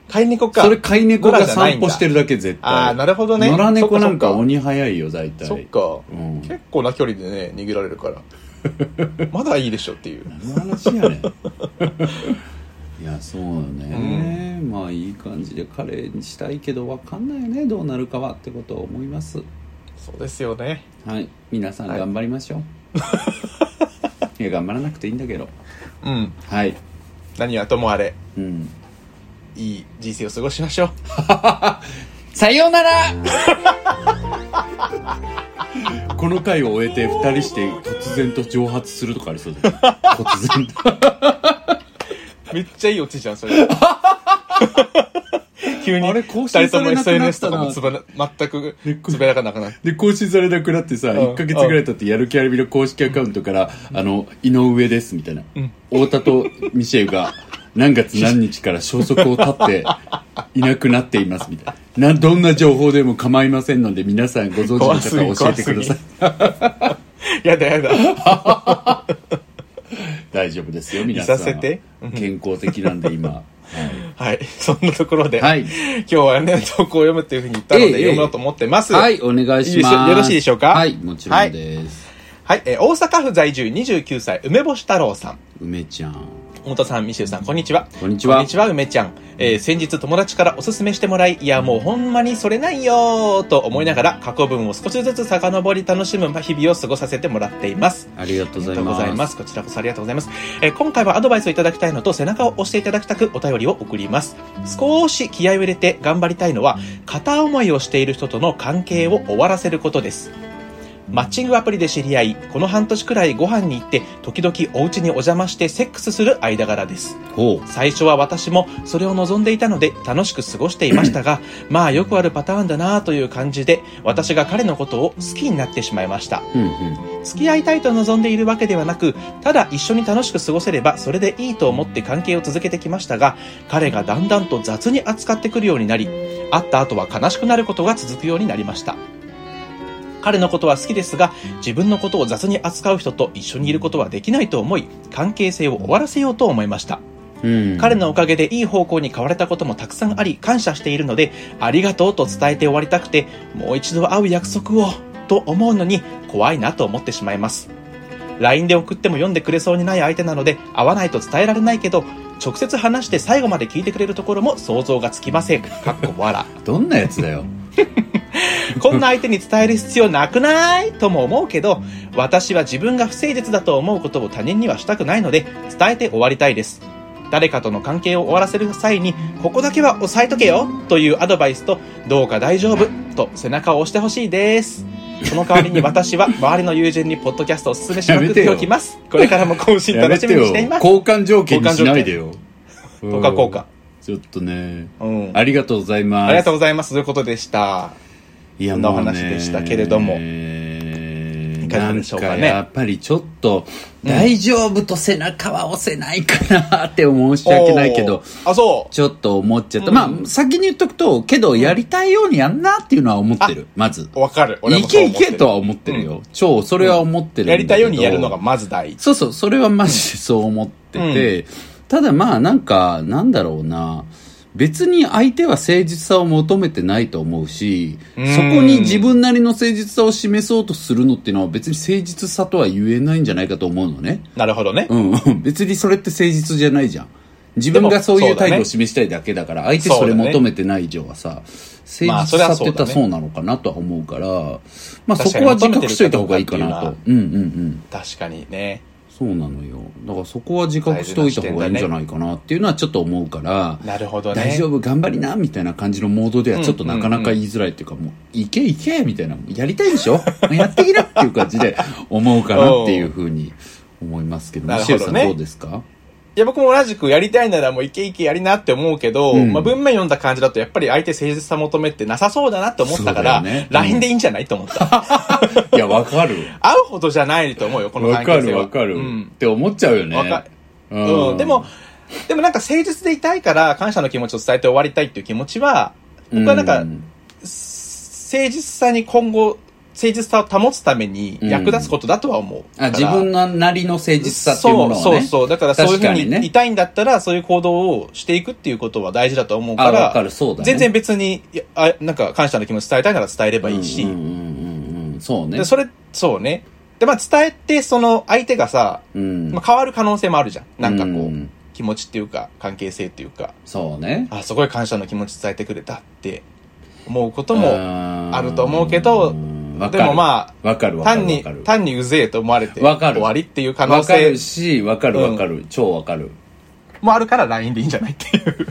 [SPEAKER 1] 飼い猫か。
[SPEAKER 2] それ飼い猫
[SPEAKER 1] 野
[SPEAKER 2] が
[SPEAKER 1] 良じゃない
[SPEAKER 2] 散
[SPEAKER 1] んだ
[SPEAKER 2] 歩してるだけ絶対
[SPEAKER 1] ああ、なるほどね。
[SPEAKER 2] 野良猫なんか
[SPEAKER 1] そっ
[SPEAKER 2] 鬼早いよ大体
[SPEAKER 1] そっか。
[SPEAKER 2] うん
[SPEAKER 1] 結構な距離でね、逃げられる から。まだいいでしょっていう。
[SPEAKER 2] 何の話やね んいやそうよね、まあいい感じで彼にしたいけどわかんないよねどうなるかはってことを思います
[SPEAKER 1] そうですよね。
[SPEAKER 2] はい皆さん
[SPEAKER 1] はい
[SPEAKER 2] 頑張りましょう、 い、や頑張らなくていいんだけど
[SPEAKER 1] うん。
[SPEAKER 2] はい
[SPEAKER 1] 何はともあれ、
[SPEAKER 2] うん
[SPEAKER 1] いい人生を過ごしましょう。
[SPEAKER 2] さようなら この回を終えて2人して突然と蒸発するとかありそうだ よ突然と
[SPEAKER 1] めっちゃいいオチじゃん、それ。急に、
[SPEAKER 2] あれ
[SPEAKER 1] 二
[SPEAKER 2] 更
[SPEAKER 1] 人
[SPEAKER 2] 新
[SPEAKER 1] と
[SPEAKER 2] さ
[SPEAKER 1] も
[SPEAKER 2] れなくなったな
[SPEAKER 1] SNS とかもつばら、全く
[SPEAKER 2] でこ
[SPEAKER 1] 滑らかなくなって。
[SPEAKER 2] で更新されなくなってさ、
[SPEAKER 1] ん
[SPEAKER 2] 1ヶ月ぐらい経ってやる気ありみの公式アカウントから「あの井上です」みたいな、太田とミシェウが何月何日から消息を絶っていなくなっていますみたいななどんな情報でも構いませんので皆さんご存
[SPEAKER 1] 怖
[SPEAKER 2] 知
[SPEAKER 1] す
[SPEAKER 2] の
[SPEAKER 1] ぎ
[SPEAKER 2] 方教えてください
[SPEAKER 1] やだや だ。
[SPEAKER 2] 大丈夫ですよ皆さん
[SPEAKER 1] いさせてうん
[SPEAKER 2] 健康的なんで今、はい
[SPEAKER 1] はい。そんなところ で、
[SPEAKER 2] はい。
[SPEAKER 1] 今日はね、投稿を読むっていうふうに言ったので、
[SPEAKER 2] ええ
[SPEAKER 1] 読もうと思ってます。
[SPEAKER 2] はい、お願いします。
[SPEAKER 1] よろしいでしょうか
[SPEAKER 2] はい、もちろんです。
[SPEAKER 1] はい、えー大阪府在住29歳、梅干し太郎さん。
[SPEAKER 2] 梅ちゃん。
[SPEAKER 1] 元さん、ミシューさん、こんにちは。
[SPEAKER 2] こんにちは
[SPEAKER 1] こんにちは、梅ちゃん。えー先日友達からおすすめしてもらい、いや、もうほんまにそれないよーと思いながら、過去文を少しずつ遡り楽しむ日々を過ごさせてもらっています。
[SPEAKER 2] ありがとうござ
[SPEAKER 1] あ
[SPEAKER 2] います。
[SPEAKER 1] りがとうございます。こちらこそありがとうございます。えー今回はアドバイスをいただきたいのと、背中を押していただきたくお便りを送ります。少し気合を入れて頑張りたいのは、片思いをしている人との関係を終わらせることです。マッチングアプリで知り合い、この半年くらいご飯に行って、時々お家にお邪魔してセックスする間柄です。
[SPEAKER 2] ほう。
[SPEAKER 1] 最初は私もそれを望んでいたので楽しく過ごしていましたが、まあよくあるパターンだなという感じで、私が彼のことを好きになってしまいました。
[SPEAKER 2] うんうん。
[SPEAKER 1] 付き合いたいと望んでいるわけではなく、ただ一緒に楽しく過ごせればそれでいいと思って関係を続けてきましたが、彼がだんだんと雑に扱ってくるようになり、会った後は悲しくなることが続くようになりました。彼のことは好きですが、自分のことを雑に扱う人と一緒にいることはできないと思い、関係性を終わらせようと思いました。
[SPEAKER 2] うん。
[SPEAKER 1] 彼のおかげでいい方向に変われたこともたくさんあり感謝しているのでありがとうと伝えて終わりたくてもう一度会う約束をと思うのに怖いなと思ってしまいます LINE で送っても読んでくれそうにない相手なので会わないと伝えられないけど直接話して最後まで聞いてくれるところも想像がつきませんかっこ笑
[SPEAKER 2] どんなやつだよ。
[SPEAKER 1] こんな相手に伝える必要なくないとも思うけど、私は自分が不誠実だと思うことを他人にはしたくないので、伝えて終わりたいです。誰かとの関係を終わらせる際に、ここだけは押さえとけよというアドバイスと、どうか大丈夫と背中を押してほしいです。その代わりに私は周りの友人にポッドキャストをおすすめしまくっておきます。これからも更新楽しみにしています。
[SPEAKER 2] 交換条件にしないでよ。
[SPEAKER 1] 交換条件交換交換
[SPEAKER 2] ちょっとね。
[SPEAKER 1] うん。
[SPEAKER 2] ありがとうございます。
[SPEAKER 1] ありがとうございます。ということでした。
[SPEAKER 2] いや
[SPEAKER 1] そんなお
[SPEAKER 2] もうね
[SPEAKER 1] 話でしたけれどもいか
[SPEAKER 2] な
[SPEAKER 1] が
[SPEAKER 2] ん
[SPEAKER 1] でしょうかね
[SPEAKER 2] かやっぱりちょっと、大丈夫と背中は押せないかなって申し訳ないけど、
[SPEAKER 1] おー。あ、そう。
[SPEAKER 2] ちょっと思っちゃった。
[SPEAKER 1] うん
[SPEAKER 2] まあ、先に言っとくと、けど、やりたいようにやんなっていうのは思ってる。まず。
[SPEAKER 1] わかる。俺
[SPEAKER 2] い
[SPEAKER 1] もそう思
[SPEAKER 2] けい
[SPEAKER 1] ってる
[SPEAKER 2] けとは思ってるよ。超、それは思ってるんだ
[SPEAKER 1] や
[SPEAKER 2] けど。
[SPEAKER 1] りたいようにやるのがまず第一。
[SPEAKER 2] そうそう、それはマジでそう思ってて、ただまあなんか、なんだろうな、別に相手は誠実さを求めてないと思うし、
[SPEAKER 1] うん
[SPEAKER 2] そこに自分なりの誠実さを示そうとするのっていうのは別に誠実さとは言えないんじゃないかと思うのね。
[SPEAKER 1] なるほどね。
[SPEAKER 2] うん、 別にそれって誠実じゃないじゃん。自分がそうい
[SPEAKER 1] で
[SPEAKER 2] う
[SPEAKER 1] もそうだね
[SPEAKER 2] 態度を示したいだけだから、相手それ求めてない以上はさ、誠
[SPEAKER 1] まあ
[SPEAKER 2] 実
[SPEAKER 1] それ
[SPEAKER 2] さ
[SPEAKER 1] は
[SPEAKER 2] っ
[SPEAKER 1] そうだね
[SPEAKER 2] て言ったらそうなのかなとは思うから、まあ
[SPEAKER 1] 確か
[SPEAKER 2] そこ
[SPEAKER 1] に
[SPEAKER 2] は自覚しといた方がいいかなと。うんうんうん。
[SPEAKER 1] 確かにね。
[SPEAKER 2] そうなのよ。だからそこは自覚しておいた方がいいんじゃないかなっていうのはちょっと思うから、
[SPEAKER 1] なるほどね。
[SPEAKER 2] 大丈夫、頑張りな、みたいな感じのモードではちょっと
[SPEAKER 1] うんうん
[SPEAKER 2] なかなか言いづらいっていうか、もう、いけいけ、みたいな、やりたいでしょ やってきなっていう感じで思うかなっていうふうに思いますけど、
[SPEAKER 1] なる
[SPEAKER 2] シ
[SPEAKER 1] ほ
[SPEAKER 2] エル
[SPEAKER 1] ど
[SPEAKER 2] さ
[SPEAKER 1] ね
[SPEAKER 2] んどうですか
[SPEAKER 1] いや、僕も同じくやりたいならもういけいけやりなって思うけど、
[SPEAKER 2] うん
[SPEAKER 1] まあ文面読んだ感じだとやっぱり相手誠実さ求めてなさそうだなって思ったから、
[SPEAKER 2] そうだよねうん
[SPEAKER 1] LINE でいいんじゃないと思 った。
[SPEAKER 2] いや、わかる。
[SPEAKER 1] 会うほどじゃないと思うよ、この
[SPEAKER 2] わ
[SPEAKER 1] 関
[SPEAKER 2] か
[SPEAKER 1] 係性
[SPEAKER 2] る
[SPEAKER 1] は。
[SPEAKER 2] わかる、
[SPEAKER 1] う
[SPEAKER 2] っ
[SPEAKER 1] ん。
[SPEAKER 2] て思っちゃうよね。
[SPEAKER 1] わか
[SPEAKER 2] う
[SPEAKER 1] うん。でも、、でもなんか誠実でいたいから感謝の気持ちを伝えて終わりたいっていう気持ちは、僕はなんか、
[SPEAKER 2] う
[SPEAKER 1] 誠実さに今後、誠実さを保つために役立つことだとは思う。だ
[SPEAKER 2] あ自
[SPEAKER 1] から
[SPEAKER 2] 分のなりの誠実さっていうものをね。
[SPEAKER 1] そうそうそう。だからそういうふう
[SPEAKER 2] 確かにね
[SPEAKER 1] に痛いんだったら、そういう行動をしていくっていうことは大事だと思うか
[SPEAKER 2] あ、わ
[SPEAKER 1] ら、
[SPEAKER 2] かる、そうだね。
[SPEAKER 1] 全然別に、いやあなんか感謝の気持ち伝えたいなら伝えればいいし、
[SPEAKER 2] うんうんうんうん、そうね
[SPEAKER 1] で。それ、そうね。で、まあ伝えて、その相手がさ、
[SPEAKER 2] うん
[SPEAKER 1] まあ、変わる可能性もあるじゃん。なんかこう、
[SPEAKER 2] ん
[SPEAKER 1] 気持ちっていうか、関係性っていうか、
[SPEAKER 2] そうね。
[SPEAKER 1] あ、すごい感謝の気持ち伝えてくれたって思うこと
[SPEAKER 2] と
[SPEAKER 1] も、あると思うけどでも
[SPEAKER 2] あ、
[SPEAKER 1] ま
[SPEAKER 2] わかる
[SPEAKER 1] あ、
[SPEAKER 2] わかる。
[SPEAKER 1] 単に
[SPEAKER 2] わか、る
[SPEAKER 1] 単にうぜえと思われて、
[SPEAKER 2] わかる
[SPEAKER 1] 終わりっていう可能
[SPEAKER 2] わか
[SPEAKER 1] 性
[SPEAKER 2] るし、わかるわかる。超わかる。
[SPEAKER 1] もあるから LINE でいいんじゃないっていう。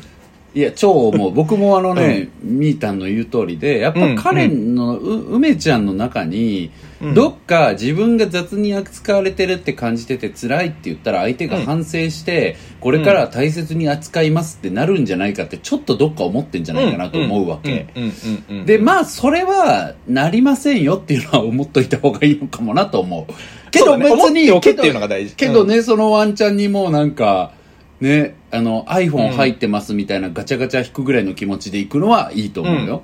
[SPEAKER 2] いや、超思う。 僕もあのね、みーたんの言う通りで、やっぱ彼の、う梅ちゃんの中に、
[SPEAKER 1] うん
[SPEAKER 2] どっか自分が雑に扱われてるって感じてて辛いって言ったら相手が反省して、これからは大切に扱いますってなるんじゃないかって、ちょっとどっか思ってんじゃないかなと思うわけ。
[SPEAKER 1] うんうんうんうん
[SPEAKER 2] で、まあ、それは、なりませんよっていうのは思っといた方がいいのかもなと思う。け
[SPEAKER 1] そ
[SPEAKER 2] ど
[SPEAKER 1] う
[SPEAKER 2] 別
[SPEAKER 1] ね
[SPEAKER 2] に、
[SPEAKER 1] 思ってお
[SPEAKER 2] け
[SPEAKER 1] くっていうのが
[SPEAKER 2] ど
[SPEAKER 1] 大事。
[SPEAKER 2] けどね、そのワンちゃんにもうなんか、ね、あの、iPhone 入ってますみたいなガチャガチャ引くぐらいの気持ちで行くのはいいと思うよ。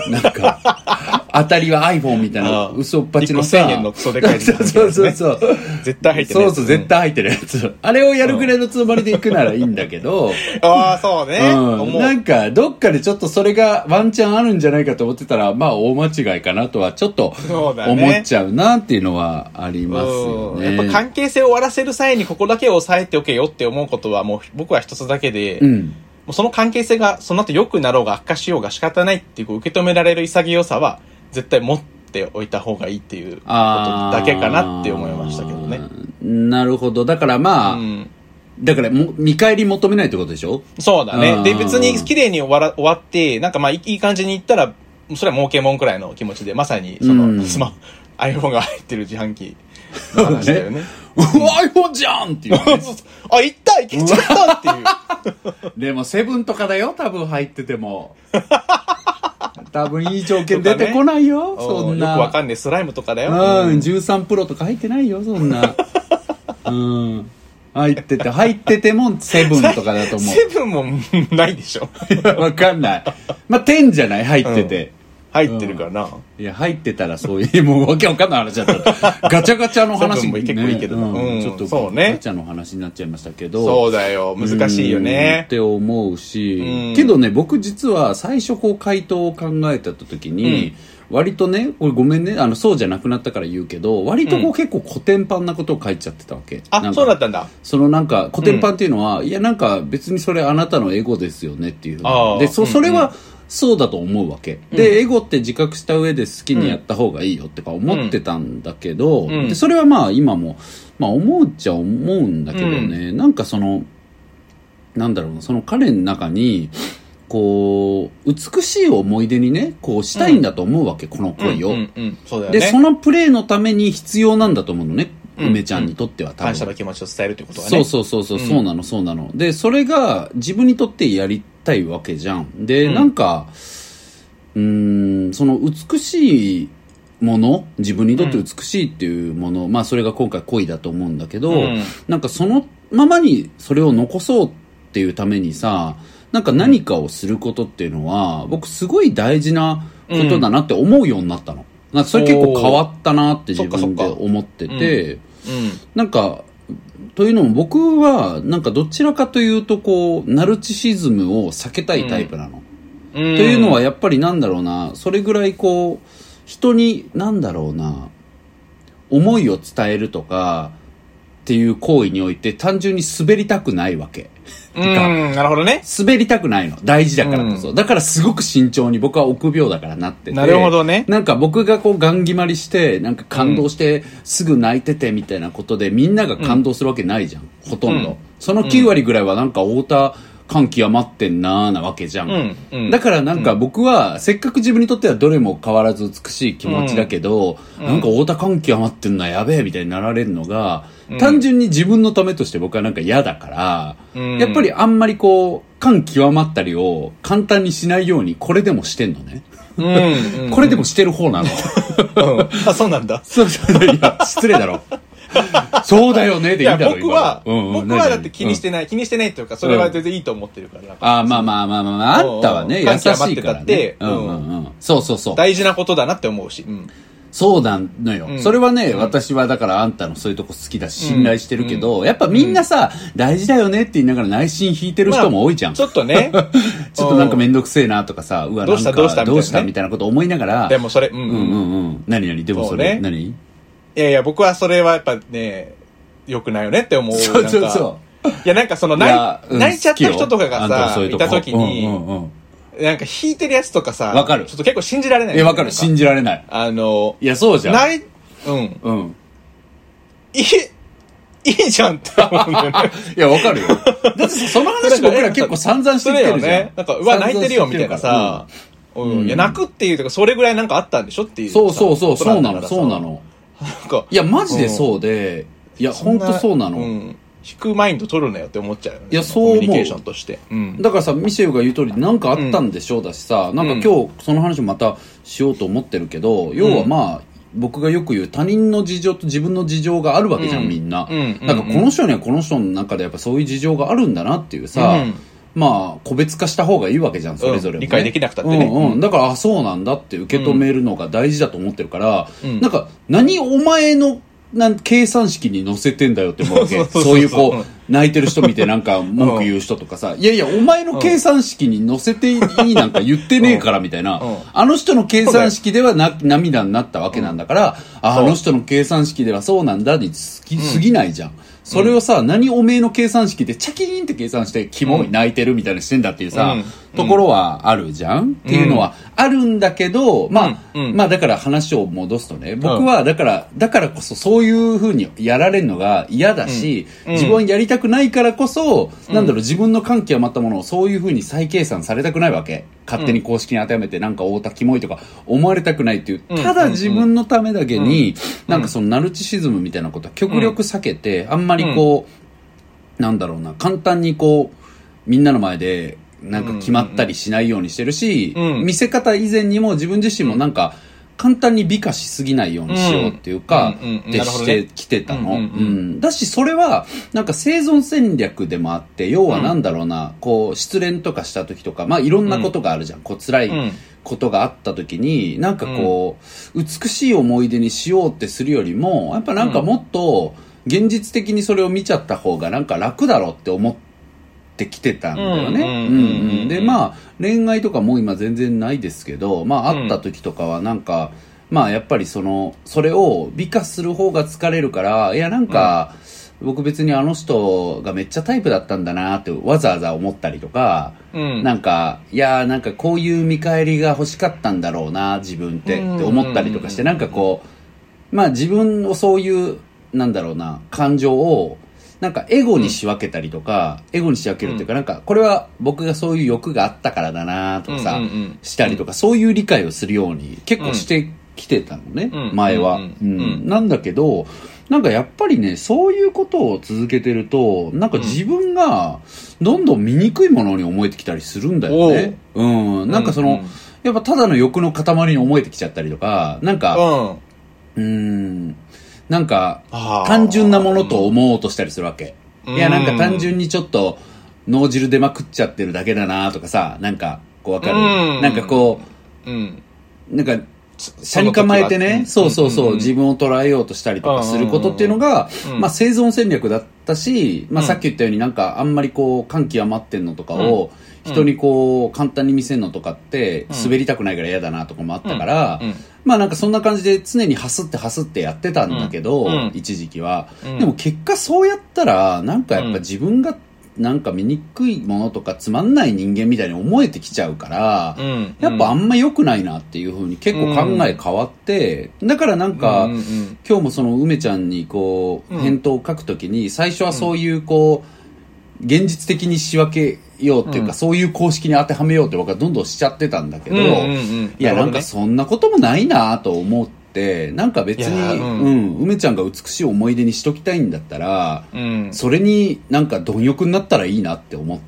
[SPEAKER 2] うん、なんか、当たりは iPhone みたいな、
[SPEAKER 1] うん
[SPEAKER 2] 嘘っぱちの
[SPEAKER 1] 一
[SPEAKER 2] さ。
[SPEAKER 1] 個1000円のクソでかい
[SPEAKER 2] そうそうそうそう。
[SPEAKER 1] 絶対入ってない
[SPEAKER 2] そうそう、絶対入ってるやつ。あれをやるぐらいのつもりで行くならいいんだけど、
[SPEAKER 1] ああ、そうね。
[SPEAKER 2] う
[SPEAKER 1] 思
[SPEAKER 2] ん、
[SPEAKER 1] う
[SPEAKER 2] なんか、どっかでちょっとそれがワンチャンあるんじゃないかと思ってたら、まあ、大間違いかなとは、ちょっと
[SPEAKER 1] そうだね
[SPEAKER 2] 思っちゃうなっていうのはありますよ
[SPEAKER 1] うんやっぱ
[SPEAKER 2] ね。
[SPEAKER 1] 関係性を終わらせる際にここだけを抑えておけよって思うことはもう僕は一つだけで、
[SPEAKER 2] う
[SPEAKER 1] も
[SPEAKER 2] ん。
[SPEAKER 1] うその関係性がその後良くなろうが悪化しようが仕方ないっていうこう受け止められる潔さは絶対持っておいた方がいいっていうこと
[SPEAKER 2] あー
[SPEAKER 1] だけかなって思いましたけどね。。
[SPEAKER 2] なるほど。だから
[SPEAKER 1] う
[SPEAKER 2] まあ、
[SPEAKER 1] ん、
[SPEAKER 2] だからも、見返り求めないってことでしょ
[SPEAKER 1] そうだね。で、
[SPEAKER 2] うん
[SPEAKER 1] 別に綺麗に終わら終わって、なんかまあいいいい感じにいったら、それは儲けもんくらいの気持ちで、まさにその、
[SPEAKER 2] うん
[SPEAKER 1] スマホ、iPhone が入ってる自販機の話だよね。
[SPEAKER 2] うわ iPhone じゃんっていう、
[SPEAKER 1] そう
[SPEAKER 2] ね。
[SPEAKER 1] そうそうあ、行った行けちゃったって いう。
[SPEAKER 2] でも、セブンとかだよ、多分入って ても。多分いい条件出てこないよ、そんな。
[SPEAKER 1] よくわかんねえスライムとかだよ。
[SPEAKER 2] うん、13プロとか入ってないよ、そん な。うん。入ってて、入っててもセブンとかだと 思
[SPEAKER 1] セブンもないでしょ。
[SPEAKER 2] う。わかんない。まあ、10じゃない入ってて。
[SPEAKER 1] 入ってるからな。
[SPEAKER 2] いや、入ってたらそういう、 もうわけわかんない話だった。ガチャガチャの話
[SPEAKER 1] セブンも結構いいけどなう
[SPEAKER 2] ね
[SPEAKER 1] ん
[SPEAKER 2] ちょっと
[SPEAKER 1] そうね
[SPEAKER 2] ガチャの話になっちゃいましたけど。
[SPEAKER 1] そうだよ。難しいよ
[SPEAKER 2] うんっ
[SPEAKER 1] ね。
[SPEAKER 2] て思うし、
[SPEAKER 1] うん
[SPEAKER 2] けどね僕実は最初こう回答を考えた時に、割とねこれごめんねあのそうじゃなくなったから言うけど割とこ
[SPEAKER 1] う
[SPEAKER 2] うん結構古典版なことを書いちゃってたわけ、な
[SPEAKER 1] あ、
[SPEAKER 2] ん
[SPEAKER 1] そうだっ
[SPEAKER 2] か
[SPEAKER 1] たんだ。
[SPEAKER 2] そのなんか古典版っていうのは、いやなんか別にそれあなたのエゴですよねっていう
[SPEAKER 1] あー
[SPEAKER 2] でそ
[SPEAKER 1] うん
[SPEAKER 2] それはそうだと思うわけ、でエゴって自覚した上で好きにやった方がいいよとか思ってたんだけど、
[SPEAKER 1] うん
[SPEAKER 2] でそれはまあ今も、まあ、思うっちゃ思うんだけどね、なんかそのなんだろうなその彼の中にこう美しい思い出にねこうしたいんだと思うわけ、この恋を、
[SPEAKER 1] うんうんうん。そうだよ
[SPEAKER 2] で
[SPEAKER 1] ね。
[SPEAKER 2] そのプレーのために必要なんだと思うのね、
[SPEAKER 1] うん
[SPEAKER 2] 梅ちゃんにとっては多分
[SPEAKER 1] 感謝の気持ちを伝えるということはね。
[SPEAKER 2] そうそうそうそう、
[SPEAKER 1] うん
[SPEAKER 2] そうなのそうなのでそれが自分にとってやりたいわけじゃんで、
[SPEAKER 1] うん
[SPEAKER 2] なんかうーんその美しいもの自分にとって美しいっていうもの、まあそれが今回恋だと思うんだけど、
[SPEAKER 1] うん
[SPEAKER 2] なんかそのままにそれを残そうっていうためにさなんか何かをすることっていうのは僕すごい大事なことだなって思うようになったの、なんかそれ結構変わったなって自
[SPEAKER 1] おーそっ
[SPEAKER 2] 分
[SPEAKER 1] か
[SPEAKER 2] で
[SPEAKER 1] そっか
[SPEAKER 2] 思って
[SPEAKER 1] うん
[SPEAKER 2] て、
[SPEAKER 1] うん。
[SPEAKER 2] なんか、というのも僕は、なんかどちらかというと、こう、ナルチシズムを避けたいタイプなの。
[SPEAKER 1] と
[SPEAKER 2] というのは、やっぱりなんだろうな、それぐらいこう、人に、なんだろうな、思いを伝えるとか、っていう行為において、単純に滑りたくないわけ。
[SPEAKER 1] うん、なるほどね。
[SPEAKER 2] 滑りたくないの。大事だからこそ。だからすごく慎重に僕は臆病だからなってて。
[SPEAKER 1] なるほどね
[SPEAKER 2] なんか僕がこうガン決まりして、なんか感動してすぐ泣いててみたいなことで、みんなが感動するわけないじゃん。ほとんど。
[SPEAKER 1] うん
[SPEAKER 2] その9割ぐらいはなんか太田感極まってんなーなわけじゃん。
[SPEAKER 1] うんうん
[SPEAKER 2] だからなんか僕は、せっかく自分にとってはどれも変わらず美しい気持ちだけど、
[SPEAKER 1] うん
[SPEAKER 2] なんか太田感極まってんなやべえみたいになられるのが、
[SPEAKER 1] うん
[SPEAKER 2] 単純に自分のためとして僕はなんか嫌だから、
[SPEAKER 1] うん
[SPEAKER 2] やっぱりあんまりこう、感極まったりを簡単にしないようにこれでもしてんのね。
[SPEAKER 1] うん。
[SPEAKER 2] これでもしてる方なの。
[SPEAKER 1] うん、 あ、そうなんだ。
[SPEAKER 2] そうそういや、失礼だろ。そうだよねで
[SPEAKER 1] い
[SPEAKER 2] いい
[SPEAKER 1] や、
[SPEAKER 2] だろ。
[SPEAKER 1] 僕は、
[SPEAKER 2] 今のうんうん
[SPEAKER 1] 僕はだって気にしてない、気にしてないというか、それは全然いいと思ってるから。
[SPEAKER 2] ああ、まあまあまあまあまあ、あったわね。
[SPEAKER 1] うん
[SPEAKER 2] 優しいか
[SPEAKER 1] 関係
[SPEAKER 2] らね。
[SPEAKER 1] 余ってたってうん
[SPEAKER 2] うんうん。そうそうそう。
[SPEAKER 1] 大事なことだなって思うし。うん。
[SPEAKER 2] そうなんのよ、
[SPEAKER 1] うん
[SPEAKER 2] それはね、私はだからあんたのそういうとこ好きだし、信頼してるけど、やっぱみんなさ、大事だよねって言いながら内心引いてる人も多いじゃん。
[SPEAKER 1] ちょっと ね。
[SPEAKER 2] ちょっとなんかめんどくせえなとかさ、うわ、
[SPEAKER 1] どうした
[SPEAKER 2] なんか
[SPEAKER 1] どうしたみたいなね
[SPEAKER 2] どうしたみたいなこと思いながら、
[SPEAKER 1] でもそれ、うん、
[SPEAKER 2] う
[SPEAKER 1] うんん、
[SPEAKER 2] う
[SPEAKER 1] うん。い
[SPEAKER 2] んうん。何々でもそれ、
[SPEAKER 1] そうね
[SPEAKER 2] 何
[SPEAKER 1] やいや、僕はそれはやっぱね、良くないよねって思う。。
[SPEAKER 2] そうそうそう
[SPEAKER 1] いや、なんかその
[SPEAKER 2] いや
[SPEAKER 1] 泣い、
[SPEAKER 2] うん
[SPEAKER 1] 泣いちゃっ
[SPEAKER 2] 好
[SPEAKER 1] た
[SPEAKER 2] きよ
[SPEAKER 1] 人とかが
[SPEAKER 2] あんの
[SPEAKER 1] さ、
[SPEAKER 2] そういう
[SPEAKER 1] い
[SPEAKER 2] とこ
[SPEAKER 1] た時に、
[SPEAKER 2] うんうんうん
[SPEAKER 1] なんか引いてるやつとかさ、
[SPEAKER 2] わかる
[SPEAKER 1] ちょっと結構信じられない。
[SPEAKER 2] え、わかる。信
[SPEAKER 1] じ
[SPEAKER 2] じられない。
[SPEAKER 1] あの、
[SPEAKER 2] いや、そうじゃん。
[SPEAKER 1] ない、うん。
[SPEAKER 2] うん。
[SPEAKER 1] いい、いいじゃんって思うんだよね。
[SPEAKER 2] いや、わかる よ。だってさその話僕ら結構散々してきてるじゃん。
[SPEAKER 1] なんか、うわ、泣いてるよ、みたいなさ。うん
[SPEAKER 2] うん
[SPEAKER 1] いや、泣くっていうとか、それぐらいなんかあったんでしょっていう。
[SPEAKER 2] 散々してきてるから。うんそうそうそう、そうなの、そうな
[SPEAKER 1] の。
[SPEAKER 2] の。
[SPEAKER 1] なんか、
[SPEAKER 2] いや、マジでそうで、いや、ほんとそうなの。
[SPEAKER 1] ん引くマインド取るなよって思っちゃうよね。
[SPEAKER 2] いやそう思う
[SPEAKER 1] コミュニケーションとして。うん。
[SPEAKER 2] だからさ、ミシェルが言う通り、なんかあったんでしょうだしさ、なんか今日、その話またしようと思ってるけど、要はまあ、僕がよく言う他人の事情と自分の事情があるわけじゃん、
[SPEAKER 1] うん
[SPEAKER 2] みんな。
[SPEAKER 1] うん
[SPEAKER 2] なんかこの人にはこの人の中でやっぱそういう事情があるんだなっていうさ、
[SPEAKER 1] うん
[SPEAKER 2] まあ、個別化した方がいいわけじゃん、それぞれもね、
[SPEAKER 1] うん理解できなくたってね
[SPEAKER 2] うんうん。だから、あ、そうなんだって受け止めるのが大事だと思ってるから、
[SPEAKER 1] うん
[SPEAKER 2] なんか、何お前の、なん計算式に載せてんだよって思うわけ。
[SPEAKER 1] そうそうそうそう
[SPEAKER 2] そういうこ
[SPEAKER 1] う、
[SPEAKER 2] うん泣いてる人見てなんか文句言う人とかさ、いやいや、お前の計算式に載せていいなんか言ってねえからみたいな
[SPEAKER 1] うんうん、
[SPEAKER 2] あの人の計算式ではな涙になったわけなんだから、ああ
[SPEAKER 1] そう
[SPEAKER 2] の人の計算式ではそうなんだにすぎ過ぎないじゃん。それをさ、何おめえの計算式でチャキーンって計算して、キモい泣いてるみたいなしてんだっていうさ、
[SPEAKER 1] うん
[SPEAKER 2] ところはあるじゃん、っていうのはあるんだけど、まあ、
[SPEAKER 1] うんうん
[SPEAKER 2] まあだから話を戻すとね、僕はだから、だからこそそういう風にやられるのが嫌だし、
[SPEAKER 1] うん
[SPEAKER 2] 自分はやりたくないからこそ、なんだろう、自分の感極まったものをそういう風に再計算されたくないわけ。勝手に公式に当てはめて、なんか太田キモいとか思われたくないっていう、
[SPEAKER 1] うん
[SPEAKER 2] ただ自分のためだけに、なんかそのナルチシズムみたいなことは極力避けて、あんまりこう、なんだろうな、簡単にこう、みんなの前で、なんか決まったりしないようにしてるし、
[SPEAKER 1] うん
[SPEAKER 2] 見せ方以前にも自分自身もなんか、簡単に美化しすぎないようにしようっていうか、
[SPEAKER 1] うんうんうん
[SPEAKER 2] で
[SPEAKER 1] なるほど
[SPEAKER 2] し
[SPEAKER 1] ね
[SPEAKER 2] てきてたの。
[SPEAKER 1] うんうんうん
[SPEAKER 2] うんだし、それは、なんか生存戦略でもあって、要はなんだろうな、こう、失恋とかした時とか、まあいろんなことがあるじゃん。こう、辛い
[SPEAKER 1] うん
[SPEAKER 2] ことがあった時に、なんかこう、美しい思い出にしようってするよりも、やっぱなんかもっと、現実的にそれを見ちゃった方がなんか楽だろうって思ってきてたんだよ
[SPEAKER 1] うんうんうん
[SPEAKER 2] ね。
[SPEAKER 1] うん
[SPEAKER 2] うんうんで、まあ、恋愛とかもう今全然ないですけど、まあ、
[SPEAKER 1] うん
[SPEAKER 2] 会った時とかはなんか、まあ、やっぱりその、それを美化する方が疲れるから、いや、なんか、僕別にあの人がめっちゃタイプだったんだなってわざわざ思ったりとか、
[SPEAKER 1] うん
[SPEAKER 2] なんか、いやーなんかこういう見返りが欲しかったんだろうな、自分って、
[SPEAKER 1] うん
[SPEAKER 2] って思ったりとかして、なんかこう、まあ自分をそういう、なんだろうな、感情を、なんかエゴに仕分けたりとか、エゴに仕分けるっていうか、なんかこれは僕がそういう欲があったからだなとかさ、
[SPEAKER 1] うんうんうん
[SPEAKER 2] したりとか、そういう理解をするように結構してきてたのね、
[SPEAKER 1] うん
[SPEAKER 2] 前は、
[SPEAKER 1] う
[SPEAKER 2] うんん
[SPEAKER 1] うんうん
[SPEAKER 2] なんだけど、なんかやっぱりね、そういうことを続けてると、なんか自分がどんどん醜いものに思えてきたりするんだよね。うん。なんかその、
[SPEAKER 1] うんうん
[SPEAKER 2] やっぱただの欲の塊に思えてきちゃったりとか、なんか、
[SPEAKER 1] うん
[SPEAKER 2] うん、なんか、
[SPEAKER 1] あー
[SPEAKER 2] 単純なものと思おうとしたりするわけ。
[SPEAKER 1] うん
[SPEAKER 2] いや、なんか単純にちょっと、脳汁出まくっちゃってるだけだなとかさ、なんか、こうわかる、
[SPEAKER 1] うん
[SPEAKER 2] なんかこ
[SPEAKER 1] う
[SPEAKER 2] う、
[SPEAKER 1] ん
[SPEAKER 2] なんか、車に構えてね、そうそうそう、
[SPEAKER 1] ん
[SPEAKER 2] 自分を捉えようとしたりとかすることっていうのが、
[SPEAKER 1] うん
[SPEAKER 2] まあ生存戦略だったし、まあ
[SPEAKER 1] うん
[SPEAKER 2] さっき言ったようになんかあんまりこう、感極まってんのとかを、人にこう、簡単に見せんのとかって、
[SPEAKER 1] うん
[SPEAKER 2] 滑りたくないから嫌だなとかもあったから、
[SPEAKER 1] うん
[SPEAKER 2] まあなんかそんな感じで常にハスってハスってやってたんだけど、
[SPEAKER 1] うんうん
[SPEAKER 2] 一時期は、
[SPEAKER 1] うん
[SPEAKER 2] でも結果そうやったら、なんかやっぱ自分が、なんか醜いものとかつまんない人間みたいに思えてきちゃうから、
[SPEAKER 1] うん
[SPEAKER 2] やっぱあんま良くないなっていう風に結構考え変わって、だからなんか、
[SPEAKER 1] うんうんうん
[SPEAKER 2] 今日もその梅ちゃんにこう、
[SPEAKER 1] うん
[SPEAKER 2] 返答を書くときに、最初はそういうこう、現実的に仕分けようっていうか、
[SPEAKER 1] うん
[SPEAKER 2] そういう公式に当てはめようって僕はどんどんしちゃってたんだけど、
[SPEAKER 1] うんうんうん
[SPEAKER 2] いや、
[SPEAKER 1] る
[SPEAKER 2] な
[SPEAKER 1] ほど
[SPEAKER 2] ん
[SPEAKER 1] ね
[SPEAKER 2] かそんなこともないなと思って、なんか別
[SPEAKER 1] いや
[SPEAKER 2] に、
[SPEAKER 1] うん
[SPEAKER 2] うん、梅ちゃんが美しい思い出にしときたいんだったら、
[SPEAKER 1] うん
[SPEAKER 2] それになんか貪欲になったらいいなって思っ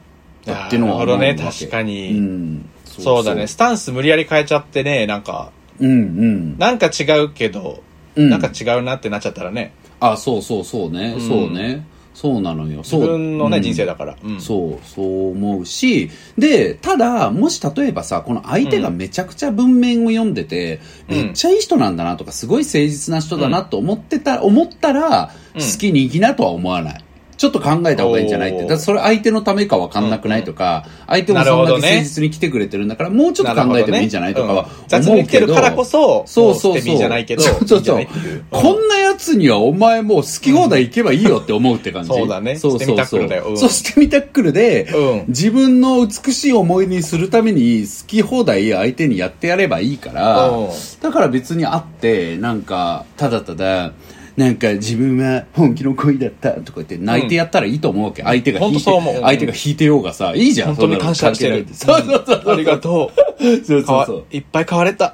[SPEAKER 2] たっていうのは思うわけ
[SPEAKER 1] なるほどね確かに
[SPEAKER 2] うん。
[SPEAKER 1] そうだね。スタンス無理やり変えちゃってねなんか
[SPEAKER 2] うんうん。
[SPEAKER 1] なんか違うけど
[SPEAKER 2] うん
[SPEAKER 1] なんか違うなってなっちゃったらね
[SPEAKER 2] あ、そうそうそうね、
[SPEAKER 1] うん
[SPEAKER 2] そうね。そうなのよ。
[SPEAKER 1] 自
[SPEAKER 2] そう
[SPEAKER 1] 分のね
[SPEAKER 2] うん
[SPEAKER 1] 人生だからうん
[SPEAKER 2] そう、そう思うし、で、ただ、もし例えばさ、この相手がめちゃくちゃ文面を読んでて、
[SPEAKER 1] うん
[SPEAKER 2] めっちゃいい人なんだなとか、すごい誠実な人だなと思ってた、思ったら、
[SPEAKER 1] うん
[SPEAKER 2] 好きに行きなとは思わない。ちょっと考えた方がいいんじゃないっ
[SPEAKER 1] お
[SPEAKER 2] て。
[SPEAKER 1] ー
[SPEAKER 2] だってそれ相手のためかわかんなくないとか、相手も
[SPEAKER 1] なる
[SPEAKER 2] そん
[SPEAKER 1] ほ
[SPEAKER 2] だけ
[SPEAKER 1] どね
[SPEAKER 2] 誠実に来てくれてるんだから、もうちょっと考えてもいいんじゃないとかは
[SPEAKER 1] るほどねうん雑
[SPEAKER 2] 思
[SPEAKER 1] に
[SPEAKER 2] う
[SPEAKER 1] 来て
[SPEAKER 2] け
[SPEAKER 1] る
[SPEAKER 2] ど。
[SPEAKER 1] からこそ
[SPEAKER 2] そうそう
[SPEAKER 1] も捨て身
[SPEAKER 2] そう。
[SPEAKER 1] じゃないけど
[SPEAKER 2] そうそ
[SPEAKER 1] いい
[SPEAKER 2] うそう
[SPEAKER 1] んじゃないっていう
[SPEAKER 2] こんなやつにはお前もう好き放題行けばいいよって思うって感じ。
[SPEAKER 1] そうだね
[SPEAKER 2] そうそう
[SPEAKER 1] 捨て身タッ
[SPEAKER 2] そ
[SPEAKER 1] クル
[SPEAKER 2] う
[SPEAKER 1] だようん。
[SPEAKER 2] そう、捨て身タックルで、
[SPEAKER 1] うん
[SPEAKER 2] 自分の美しい思いにするために好き放題相手にやってやればいいから
[SPEAKER 1] うん、
[SPEAKER 2] だから別に会って、なんか、ただただ、なんか自分は本気の恋だったとか言って泣いてやったらいいと思うわけ。相手が引
[SPEAKER 1] ほん
[SPEAKER 2] い
[SPEAKER 1] と
[SPEAKER 2] て、
[SPEAKER 1] そう思う
[SPEAKER 2] 相手が引いてようがさ、いいじゃん。
[SPEAKER 1] 本当に感謝してる
[SPEAKER 2] そんなの関係ないそうそうそう。
[SPEAKER 1] ありがと
[SPEAKER 2] そうそう
[SPEAKER 1] うか
[SPEAKER 2] そう
[SPEAKER 1] わいっぱい買われたっ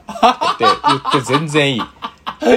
[SPEAKER 1] て言って全然いい
[SPEAKER 2] い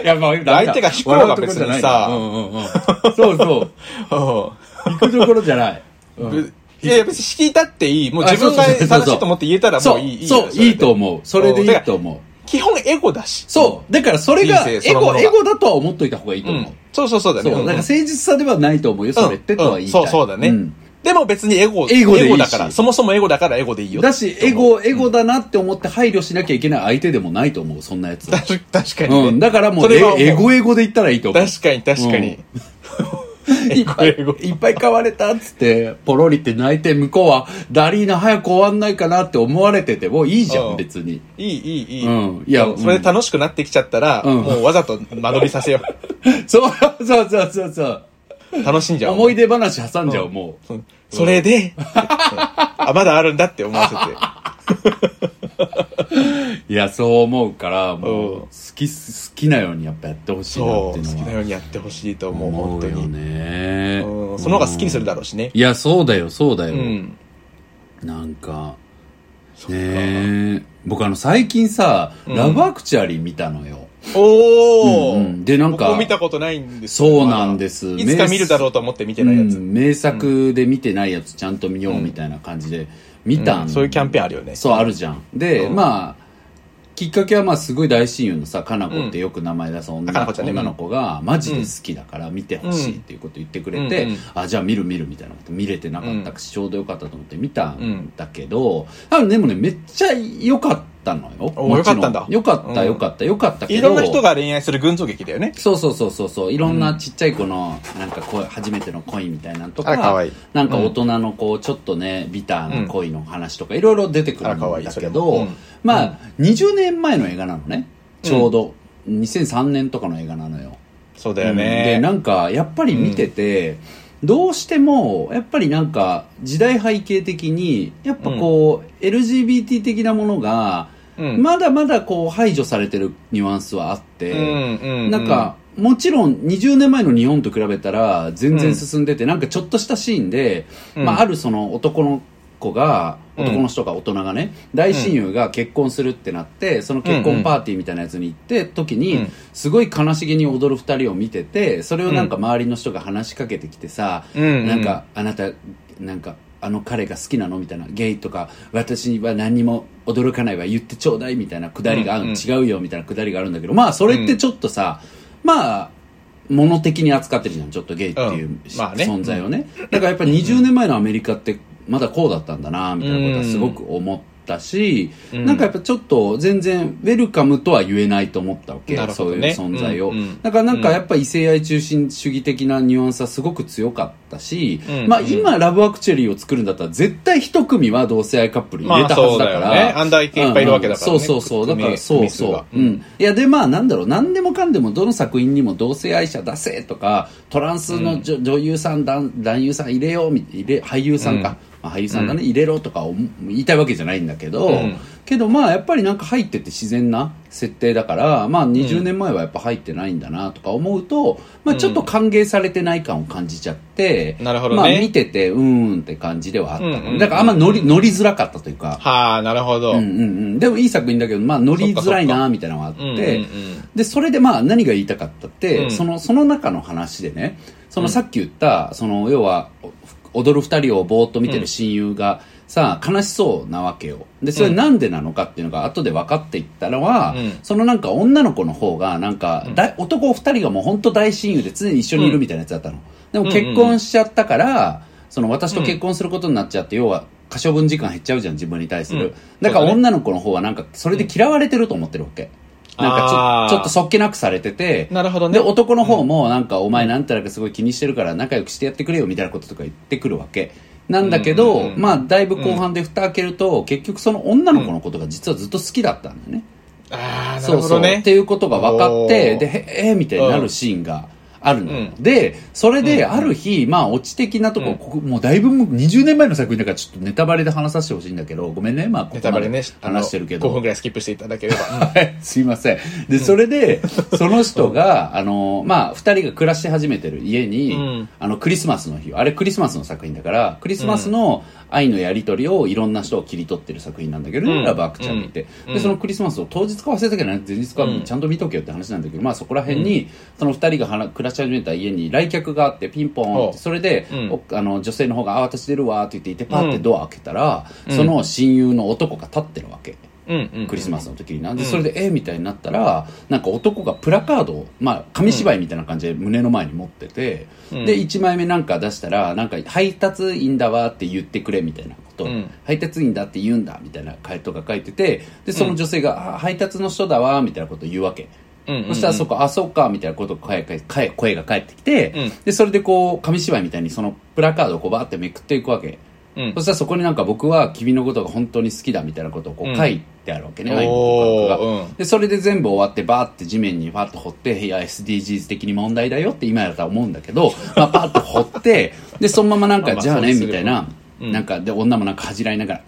[SPEAKER 2] や、まあ、
[SPEAKER 1] 相手が引こうが別にさ
[SPEAKER 2] 笑うとこじゃないなうんうんうん。そうそう。
[SPEAKER 1] うん
[SPEAKER 2] 行くところじゃない。うん
[SPEAKER 1] いやいや、別に敷いたっていい。もう自分が
[SPEAKER 2] あそうそうそうそう
[SPEAKER 1] 正しいと思って言えたらも
[SPEAKER 2] そうう、
[SPEAKER 1] いい。
[SPEAKER 2] そう、いいと
[SPEAKER 1] う。
[SPEAKER 2] 思う。それでいいと思う。
[SPEAKER 1] 基本エゴだし。
[SPEAKER 2] そう、だからそれが、
[SPEAKER 1] 人
[SPEAKER 2] エ
[SPEAKER 1] 生そのもの
[SPEAKER 2] ゴ、
[SPEAKER 1] が
[SPEAKER 2] エゴだとは思っといた方がいいと
[SPEAKER 1] う
[SPEAKER 2] 思う。
[SPEAKER 1] ん。そうそうそうだ
[SPEAKER 2] そ
[SPEAKER 1] ね。
[SPEAKER 2] う、だから
[SPEAKER 1] うん
[SPEAKER 2] 誠実さではないと思うよ、それってとは言いたい。
[SPEAKER 1] うんそうそうだね
[SPEAKER 2] ん
[SPEAKER 1] でも別にエゴ、
[SPEAKER 2] エゴでいいし
[SPEAKER 1] だから、そもそもエゴだからエゴでいいよ。
[SPEAKER 2] だし、エゴ、エゴだなって思って配慮しなきゃいけない相手でもないと思う、そんなやつは。
[SPEAKER 1] 確確かにね、
[SPEAKER 2] うん、だからも、
[SPEAKER 1] そうれは思う
[SPEAKER 2] えエゴエゴで言ったらいいと思う。
[SPEAKER 1] 確かに確かに。
[SPEAKER 2] いっぱい、いっぱい買われたっつって、ポロリって泣いて、向こうは、ダリーナ早く終わんないかなって思われててもいいじゃ、
[SPEAKER 1] うんん
[SPEAKER 2] 別に。
[SPEAKER 1] いい、いい、いい。
[SPEAKER 2] うんいや
[SPEAKER 1] もそれで楽しくなってきちゃったら、
[SPEAKER 2] うん
[SPEAKER 1] もうわざと間延びさせ よ
[SPEAKER 2] そう、そうそうそうそう。
[SPEAKER 1] う。楽しんじゃおう。
[SPEAKER 2] 思い出話挟んじゃう、もう。
[SPEAKER 1] うんそれで、うんあ、まだあるんだって思わせて。
[SPEAKER 2] いや、そう思うから、もう、
[SPEAKER 1] うん
[SPEAKER 2] 好き、好きなようにやっぱやってほしいなっ
[SPEAKER 1] そ
[SPEAKER 2] て
[SPEAKER 1] う、
[SPEAKER 2] い
[SPEAKER 1] 好
[SPEAKER 2] う
[SPEAKER 1] き
[SPEAKER 2] のは。
[SPEAKER 1] なようにやってほしいと思う、
[SPEAKER 2] 思
[SPEAKER 1] 本
[SPEAKER 2] う
[SPEAKER 1] 当
[SPEAKER 2] よ
[SPEAKER 1] に。
[SPEAKER 2] ね。
[SPEAKER 1] うんその方が好きにするだろうしね。
[SPEAKER 2] いや、そうだよ、そうだ
[SPEAKER 1] う
[SPEAKER 2] よ。
[SPEAKER 1] ん。
[SPEAKER 2] なんか、
[SPEAKER 1] そっか
[SPEAKER 2] ねえ僕あの、最近さ、ラブアクチュアリー見たのよ。
[SPEAKER 1] お
[SPEAKER 2] うんうん
[SPEAKER 1] ー
[SPEAKER 2] でなんか
[SPEAKER 1] 僕も見たことないんですよ
[SPEAKER 2] そうなんです
[SPEAKER 1] まだいつか見るだろうと思って見てないや
[SPEAKER 2] う
[SPEAKER 1] つ。
[SPEAKER 2] ん名作で見てないやつちゃんと見ようみたいな感じで、見たん、
[SPEAKER 1] うんそういうキャンペーンあるよね。
[SPEAKER 2] そうあるじゃんで、
[SPEAKER 1] うん
[SPEAKER 2] まあきっかけはまあすごい大親友のさかな子ってよく名前出す女,、
[SPEAKER 1] あかなこちゃんね
[SPEAKER 2] 女の子がマジで好きだから見てほしいっていうこと言ってくれて、
[SPEAKER 1] うんうん
[SPEAKER 2] あじゃあ見る見るみたいなこと見れてなかったし、ちょうどよかったと思って見たんだけど、あでもねめっちゃ良かったのよ
[SPEAKER 1] お
[SPEAKER 2] もちろ
[SPEAKER 1] 良かったんだ
[SPEAKER 2] 良かった
[SPEAKER 1] うん
[SPEAKER 2] 良かった良かったけど、
[SPEAKER 1] いろんな人が恋愛する群像劇だよね。
[SPEAKER 2] そうそうそうそうそういろんなちっちゃい子のなんかこう初めての恋みたいなのとか
[SPEAKER 1] あら可愛い
[SPEAKER 2] なんか大人のこうちょっとねビターな恋の話とかいろいろ出てくる
[SPEAKER 1] あら可愛
[SPEAKER 2] ん
[SPEAKER 1] い
[SPEAKER 2] だ
[SPEAKER 1] そ
[SPEAKER 2] け
[SPEAKER 1] れ
[SPEAKER 2] ど、
[SPEAKER 1] もうん
[SPEAKER 2] まあ20年前の映画なのねちょうど、2003年とかの映画なのよ、
[SPEAKER 1] そうだよ
[SPEAKER 2] で
[SPEAKER 1] ね。
[SPEAKER 2] なんかやっぱり見てて、どうしてもやっぱりなんか時代背景的にやっぱこう、LGBT 的なものが
[SPEAKER 1] うん
[SPEAKER 2] まだまだこう排除されてるニュアンスはあって、
[SPEAKER 1] うん
[SPEAKER 2] なん、か、もちろん20年前の日本と比べたら全然進んでて、なんかちょっとしたシーンで、
[SPEAKER 1] うん
[SPEAKER 2] まあ、あるその男の子が、
[SPEAKER 1] うん
[SPEAKER 2] 男の人が大人がね、大親友が結婚するってなって、その結婚パーティーみたいなやつに行って、時に、
[SPEAKER 1] うん
[SPEAKER 2] すごい悲しげに踊る二人を見てて、それをなんか周りの人が話しかけてきてさ、
[SPEAKER 1] うんうん
[SPEAKER 2] なんか、あなた、なんか、あの彼が好きなのみたいな、ゲイとか、私は何にも驚かないわ、言ってちょうだいみたいなくだりがある、
[SPEAKER 1] うんうん
[SPEAKER 2] 違うよみたいなくだりがあるんだけど、まあ、それってちょっとさ、まあ、物的に扱ってるじゃん、ちょっとゲイっていう、
[SPEAKER 1] うん
[SPEAKER 2] し
[SPEAKER 1] まあね
[SPEAKER 2] 存在をね。だからやっぱり20年前のアメリカって、まだこうだったんだな、みたいなことはすごく思ったし、
[SPEAKER 1] うん
[SPEAKER 2] なんかやっぱちょっと全然ウェルカムとは言えないと思ったわけ、
[SPEAKER 1] なる
[SPEAKER 2] そ
[SPEAKER 1] ほ
[SPEAKER 2] う
[SPEAKER 1] ど
[SPEAKER 2] いう
[SPEAKER 1] ね
[SPEAKER 2] 存在を。
[SPEAKER 1] うんうん
[SPEAKER 2] だからなんかやっぱ異性愛中心主義的なニュアンスはすごく強かったし、
[SPEAKER 1] うん
[SPEAKER 2] まあ
[SPEAKER 1] うん
[SPEAKER 2] 今ラブアクチュアリーを作るんだったら絶対一組は同性愛カップル入れたはずだから、
[SPEAKER 1] まあそうだよねあんだけいっぱいいるわけだからね
[SPEAKER 2] うんうんそうそうそうだから
[SPEAKER 1] 組
[SPEAKER 2] そう
[SPEAKER 1] 組数
[SPEAKER 2] そ
[SPEAKER 1] が
[SPEAKER 2] う、うん、いやでまあなんだろう何でもかんでもどの作品にも同性愛者出せとかトランスの女,、女優さん男男優さん入れようみ入れ俳優さんか、
[SPEAKER 1] うん
[SPEAKER 2] まあ俳優さんだね、入れろとか思言いたいわけじゃないんだけど、
[SPEAKER 1] うん
[SPEAKER 2] けどまあやっぱりなんか入ってて自然な設定だからまあ20年前はやっぱ入ってないんだなとか思うと、まあちょっと歓迎されてない感を感じちゃって、
[SPEAKER 1] なるほどね
[SPEAKER 2] まあ見ててうーんって感じではあったのね、
[SPEAKER 1] うんうん
[SPEAKER 2] だからあんま乗り乗りづらかったというか、
[SPEAKER 1] はあ、なるほど。
[SPEAKER 2] うんうんうん、でもいい作品だけどまあ乗りづらいなみたいなのがあって、
[SPEAKER 1] うんうんうん
[SPEAKER 2] でそれでまあ何が言いたかったって、
[SPEAKER 1] うん
[SPEAKER 2] そのその中の話でねそのさっき言った、その要はお踊る二人をぼーっと見てる親友がさ悲しそうなわけよでそれなんでなのかっていうのが後で分かっていったのは、
[SPEAKER 1] うん
[SPEAKER 2] そのなんか女の子の方がなんか、だい男二人がもう本当大親友で常に一緒にいるみたいなやつだったの、でも結婚しちゃったから、その私と結婚することになっちゃって、要は可処分時間減っちゃうじゃん自分に対する、
[SPEAKER 1] うん
[SPEAKER 2] だか
[SPEAKER 1] そう
[SPEAKER 2] ら
[SPEAKER 1] だね
[SPEAKER 2] 女の子の方はなんかそれで嫌われてると思ってるわけ、なん
[SPEAKER 1] あ
[SPEAKER 2] か
[SPEAKER 1] ー
[SPEAKER 2] ちょちょっとそっけなくされてて、
[SPEAKER 1] なるほどね
[SPEAKER 2] で、男の方もなんか、お前なんたらかすごい気にしてるから仲良くしてやってくれよみたいなこととか言ってくるわけ。なんだけど、
[SPEAKER 1] うんうんうん
[SPEAKER 2] まあ、だいぶ後半で蓋開けると、結局その女の子のことが実はずっと好きだったんだよね。
[SPEAKER 1] ああ、な
[SPEAKER 2] そ
[SPEAKER 1] る
[SPEAKER 2] う
[SPEAKER 1] ほ
[SPEAKER 2] そ
[SPEAKER 1] ど
[SPEAKER 2] う。
[SPEAKER 1] ね。
[SPEAKER 2] っていうことが分かって、
[SPEAKER 1] おー
[SPEAKER 2] で、へえーみたいになるシーンがあるのよ。
[SPEAKER 1] う
[SPEAKER 2] で、それで、ある日、まあ、オチ的なとこ、
[SPEAKER 1] うん
[SPEAKER 2] ここもうだいぶもう20年前の作品だから、ちょっとネタバレで話させてほしいんだけど、ごめんね、まあ、こ
[SPEAKER 1] ネ
[SPEAKER 2] こ
[SPEAKER 1] タ
[SPEAKER 2] ま
[SPEAKER 1] バ
[SPEAKER 2] で
[SPEAKER 1] レね、
[SPEAKER 2] 話してるけど。
[SPEAKER 1] 5分くらいスキップしていただければ。
[SPEAKER 2] はい、すいません。で、それで、その人が、あの、まあ、二人が暮らし始めてる家に、
[SPEAKER 1] うん
[SPEAKER 2] あの、クリスマスの日を、あれクリスマスの作品だから、クリスマスの愛のやりとりをいろんな人を切り取ってる作品なんだけど、
[SPEAKER 1] うん
[SPEAKER 2] ラブアクチャーって、
[SPEAKER 1] うん
[SPEAKER 2] で、そのクリスマスを当日か忘れたけどね、前日か
[SPEAKER 1] うん
[SPEAKER 2] ちゃんと見とけよって話なんだけど、まあ、そこら辺に、その二人がはな暮らし始めた家に来客があって、ピンポンっ
[SPEAKER 1] お
[SPEAKER 2] て、それで、
[SPEAKER 1] うん
[SPEAKER 2] おあの、女性の方が、あ、私出るわって言っていて、パってドア開けたら、
[SPEAKER 1] うん
[SPEAKER 2] その親友の男が立ってるわけ。
[SPEAKER 1] うんうん
[SPEAKER 2] クリスマスの時になんで
[SPEAKER 1] うん
[SPEAKER 2] それでえみたいになったらなんか男がプラカードを、まあ、紙芝居みたいな感じで胸の前に持ってて、
[SPEAKER 1] うん
[SPEAKER 2] で1枚目なんか出したらなんか配達員だわって言ってくれみたいなこと、
[SPEAKER 1] うん
[SPEAKER 2] 配達員だって言うんだみたいな回答が書いててでその女性が、あ配達の人だわみたいなことを言うわけ。
[SPEAKER 1] うんうん
[SPEAKER 2] そしたらそこ、あ、そうか、みたいなこと声が声声が返ってきて、
[SPEAKER 1] うん
[SPEAKER 2] で、それでこう、紙芝居みたいにそのプラカードをこうバーってめくっていくわけ。
[SPEAKER 1] うん
[SPEAKER 2] そしたらそこになんか僕は君のことが本当に好きだみたいなことをこ
[SPEAKER 1] う
[SPEAKER 2] うん書いてあるわけね、
[SPEAKER 1] おー
[SPEAKER 2] 愛の告白が
[SPEAKER 1] うん
[SPEAKER 2] で、それで全部終わってバーって地面にバーって掘って、いや、SDGs 的に問題だよって今やったら思うんだ けど、まあ、バーって掘って、で、そのままなん
[SPEAKER 1] まあ
[SPEAKER 2] か、
[SPEAKER 1] まあ
[SPEAKER 2] じゃあね、
[SPEAKER 1] そうすれば
[SPEAKER 2] みたいな、
[SPEAKER 1] うん
[SPEAKER 2] なんか、で、女もなんか 恥じらいながら、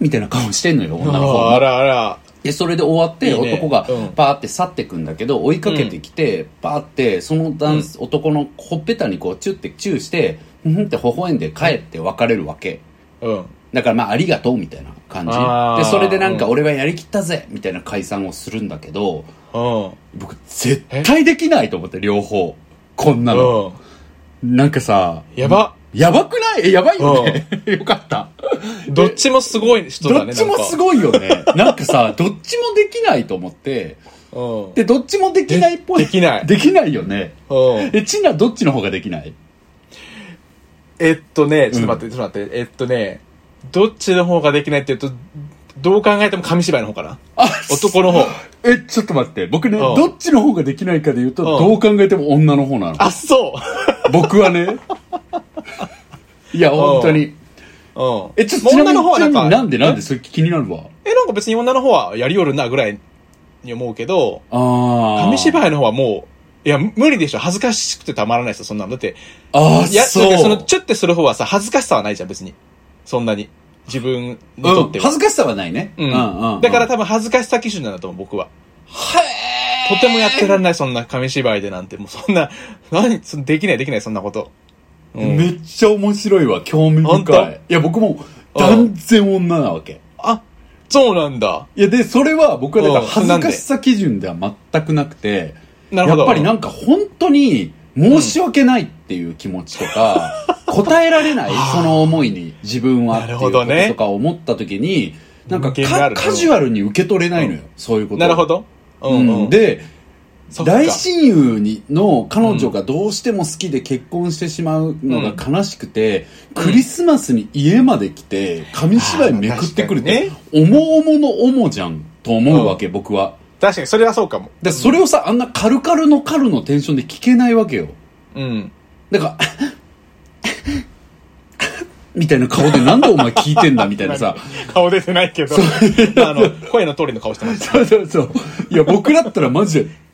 [SPEAKER 2] みたいな顔してんのよ、女の子も
[SPEAKER 1] あ。あらあら
[SPEAKER 2] でそれで終わって
[SPEAKER 1] いいね
[SPEAKER 2] 男が
[SPEAKER 1] うん
[SPEAKER 2] パーって去ってくんだけど追いかけてきてパーってその男子男のほっぺたにこうチュってチューしてふふんって微笑んで帰って別れるわけ
[SPEAKER 1] うん
[SPEAKER 2] だからまあありがとうみたいな感
[SPEAKER 1] あー
[SPEAKER 2] じでそれでなんか
[SPEAKER 1] うん
[SPEAKER 2] 俺はやりきったぜみたいな解散をするんだけど
[SPEAKER 1] うん
[SPEAKER 2] 僕絶対できないと思って両方こんなの
[SPEAKER 1] うん
[SPEAKER 2] なんかさ
[SPEAKER 1] やば
[SPEAKER 2] やばくないえやばいよね よかった
[SPEAKER 1] どっちもすごい人
[SPEAKER 2] ど
[SPEAKER 1] だ
[SPEAKER 2] っ
[SPEAKER 1] ね
[SPEAKER 2] ちもす
[SPEAKER 1] い
[SPEAKER 2] ごいよねなんかさどっちもできないと思って
[SPEAKER 1] うん
[SPEAKER 2] で、どっちもできないっぽい。
[SPEAKER 1] でできない
[SPEAKER 2] できないよね。
[SPEAKER 1] うん
[SPEAKER 2] え、チンナどっちの方ができない
[SPEAKER 1] えっとね、ちょっと待って、ちょっと待って、えっとね、どっちの方ができないって言うと、どう考えても紙芝居の方かな。
[SPEAKER 2] あ
[SPEAKER 1] 男の方。
[SPEAKER 2] え、ちょっと待って。僕ね、
[SPEAKER 1] うん
[SPEAKER 2] どっちの方ができないかで言うと、
[SPEAKER 1] うん
[SPEAKER 2] どう考えても女の方なの。
[SPEAKER 1] あ、そ
[SPEAKER 2] 僕はね。いや、本当に。
[SPEAKER 1] う。うん。
[SPEAKER 2] え、ちょっと、
[SPEAKER 1] もう
[SPEAKER 2] ちなみ
[SPEAKER 1] 女の方
[SPEAKER 2] に、
[SPEAKER 1] は
[SPEAKER 2] ち
[SPEAKER 1] なん
[SPEAKER 2] な
[SPEAKER 1] か、
[SPEAKER 2] みになんでなんでそれ気になるわ。
[SPEAKER 1] え、なんか別に女の方はやりよるなぐらいに思うけど、
[SPEAKER 2] ああ。
[SPEAKER 1] 紙
[SPEAKER 2] 居
[SPEAKER 1] 芝居の方はもう、いや、無理でしょ。恥ずかしくてたまらないですよ、そんなの。だって、
[SPEAKER 2] ああ、
[SPEAKER 1] いや、
[SPEAKER 2] そう。
[SPEAKER 1] なんかその、チュッてする方はさ、恥ずかしさはないじゃん、別に。そんなに。自分にと
[SPEAKER 2] う
[SPEAKER 1] っ
[SPEAKER 2] ん
[SPEAKER 1] ては。
[SPEAKER 2] 恥ずかしさはないね。
[SPEAKER 1] うん
[SPEAKER 2] うんうん。
[SPEAKER 1] だから
[SPEAKER 2] は
[SPEAKER 1] 多分恥ずかしさ基準なんだと思う、僕は。
[SPEAKER 2] え
[SPEAKER 1] とてもやってられない、そんな紙芝居でなんて。もうそんな、何、そできないできない、そんなこと。うん
[SPEAKER 2] めっちゃ面白いわ。興味
[SPEAKER 1] 本
[SPEAKER 2] 深
[SPEAKER 1] 当
[SPEAKER 2] い。いや、僕も、断然女なわけ。
[SPEAKER 1] あ、そうなんだ。
[SPEAKER 2] いや、で、それは僕はだから
[SPEAKER 1] うん
[SPEAKER 2] 恥ずかしさ基準では全くなくて、
[SPEAKER 1] なるほど。
[SPEAKER 2] やっぱりなんか本当に申し訳ないっていう気持ちと か、答えられない、その思いに自分はっていうこ
[SPEAKER 1] なるほど
[SPEAKER 2] と
[SPEAKER 1] ね
[SPEAKER 2] とか思った時に、なんか
[SPEAKER 1] 人間であ
[SPEAKER 2] か
[SPEAKER 1] ると
[SPEAKER 2] カジュアルに受け取れないのよ、そういうこと。
[SPEAKER 1] なるほど。う、
[SPEAKER 2] うんん。
[SPEAKER 1] うん。、
[SPEAKER 2] で、
[SPEAKER 1] そっか
[SPEAKER 2] 大親友にの彼女がどうしても好きで結婚してしまうのが悲しくて、クリスマスに家まで来て紙芝居めくってくるって
[SPEAKER 1] あー
[SPEAKER 2] 思うもの思じゃんと思うわけ、僕は
[SPEAKER 1] 確かに、それはそうかも。
[SPEAKER 2] でそれをさあんなカルカルのカルのテンションで聞けないわけよ
[SPEAKER 1] うん。
[SPEAKER 2] だからみたいな顔でなんでお前聞いてんだみたいなさ
[SPEAKER 1] 顔出てないけど、 あの、声の通りの顔してました。
[SPEAKER 2] そうそうそういや僕だったらマジで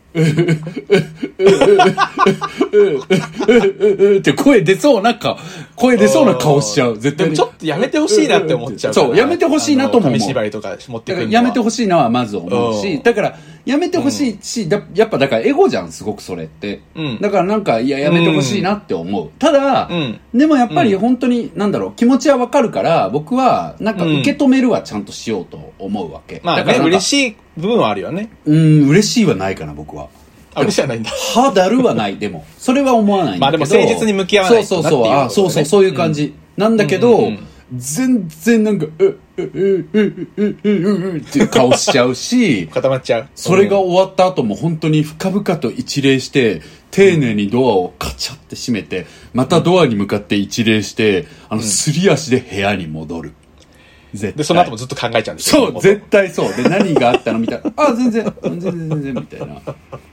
[SPEAKER 2] って声出そうなんか 声出そうな顔しちゃう絶
[SPEAKER 1] で
[SPEAKER 2] 対
[SPEAKER 1] も
[SPEAKER 2] に
[SPEAKER 1] ちょっとやめてほしいなって思っちゃうから。
[SPEAKER 2] そうやめてほしいなとも思う
[SPEAKER 1] あの紙芝居とか持って
[SPEAKER 2] だ
[SPEAKER 1] く
[SPEAKER 2] か
[SPEAKER 1] るのは
[SPEAKER 2] らやめてほしいなはまず思うし、
[SPEAKER 1] うん
[SPEAKER 2] だからやめてほしいし、だやっぱだからエゴじゃん、すごくそれって。
[SPEAKER 1] うん
[SPEAKER 2] だからなんか、いや、やめてほしいなって思う。ただ、
[SPEAKER 1] うん
[SPEAKER 2] でもやっぱり本当に、なんだろう、気持ちはわかるから、僕は、なんか
[SPEAKER 1] うん
[SPEAKER 2] 受け止めるはちゃんとしようと思うわけ。
[SPEAKER 1] まあ
[SPEAKER 2] だから
[SPEAKER 1] ね、
[SPEAKER 2] なんか
[SPEAKER 1] 嬉しい部分はあるよね。
[SPEAKER 2] うん、嬉しいはないかな、僕は。
[SPEAKER 1] あ、嬉しいじゃないんだ。
[SPEAKER 2] はだるはない、でも。それは思わないんだけど。
[SPEAKER 1] まあでも誠実に向き合わないと
[SPEAKER 2] そう
[SPEAKER 1] な
[SPEAKER 2] そう
[SPEAKER 1] っていう
[SPEAKER 2] そ
[SPEAKER 1] ことだね
[SPEAKER 2] う。あそうそう、そういう感じ。なんだけど、
[SPEAKER 1] うんうんうん、
[SPEAKER 2] 全然なんか、う、う、う、う、う、う、う、う、うっていう顔しちゃうし
[SPEAKER 1] 固まっちゃう。
[SPEAKER 2] それが
[SPEAKER 1] うん
[SPEAKER 2] 終わった後も本当に深々と一礼して、丁寧にドアをカチャって閉めて、またドアに向かって一礼して、あの、すり足で部屋に戻る。絶対。
[SPEAKER 1] で、その後もずっと考えちゃうんですよ
[SPEAKER 2] そう、絶対そう。で、何があったのみたいな。 あ、全然、全然、全然、みたいな。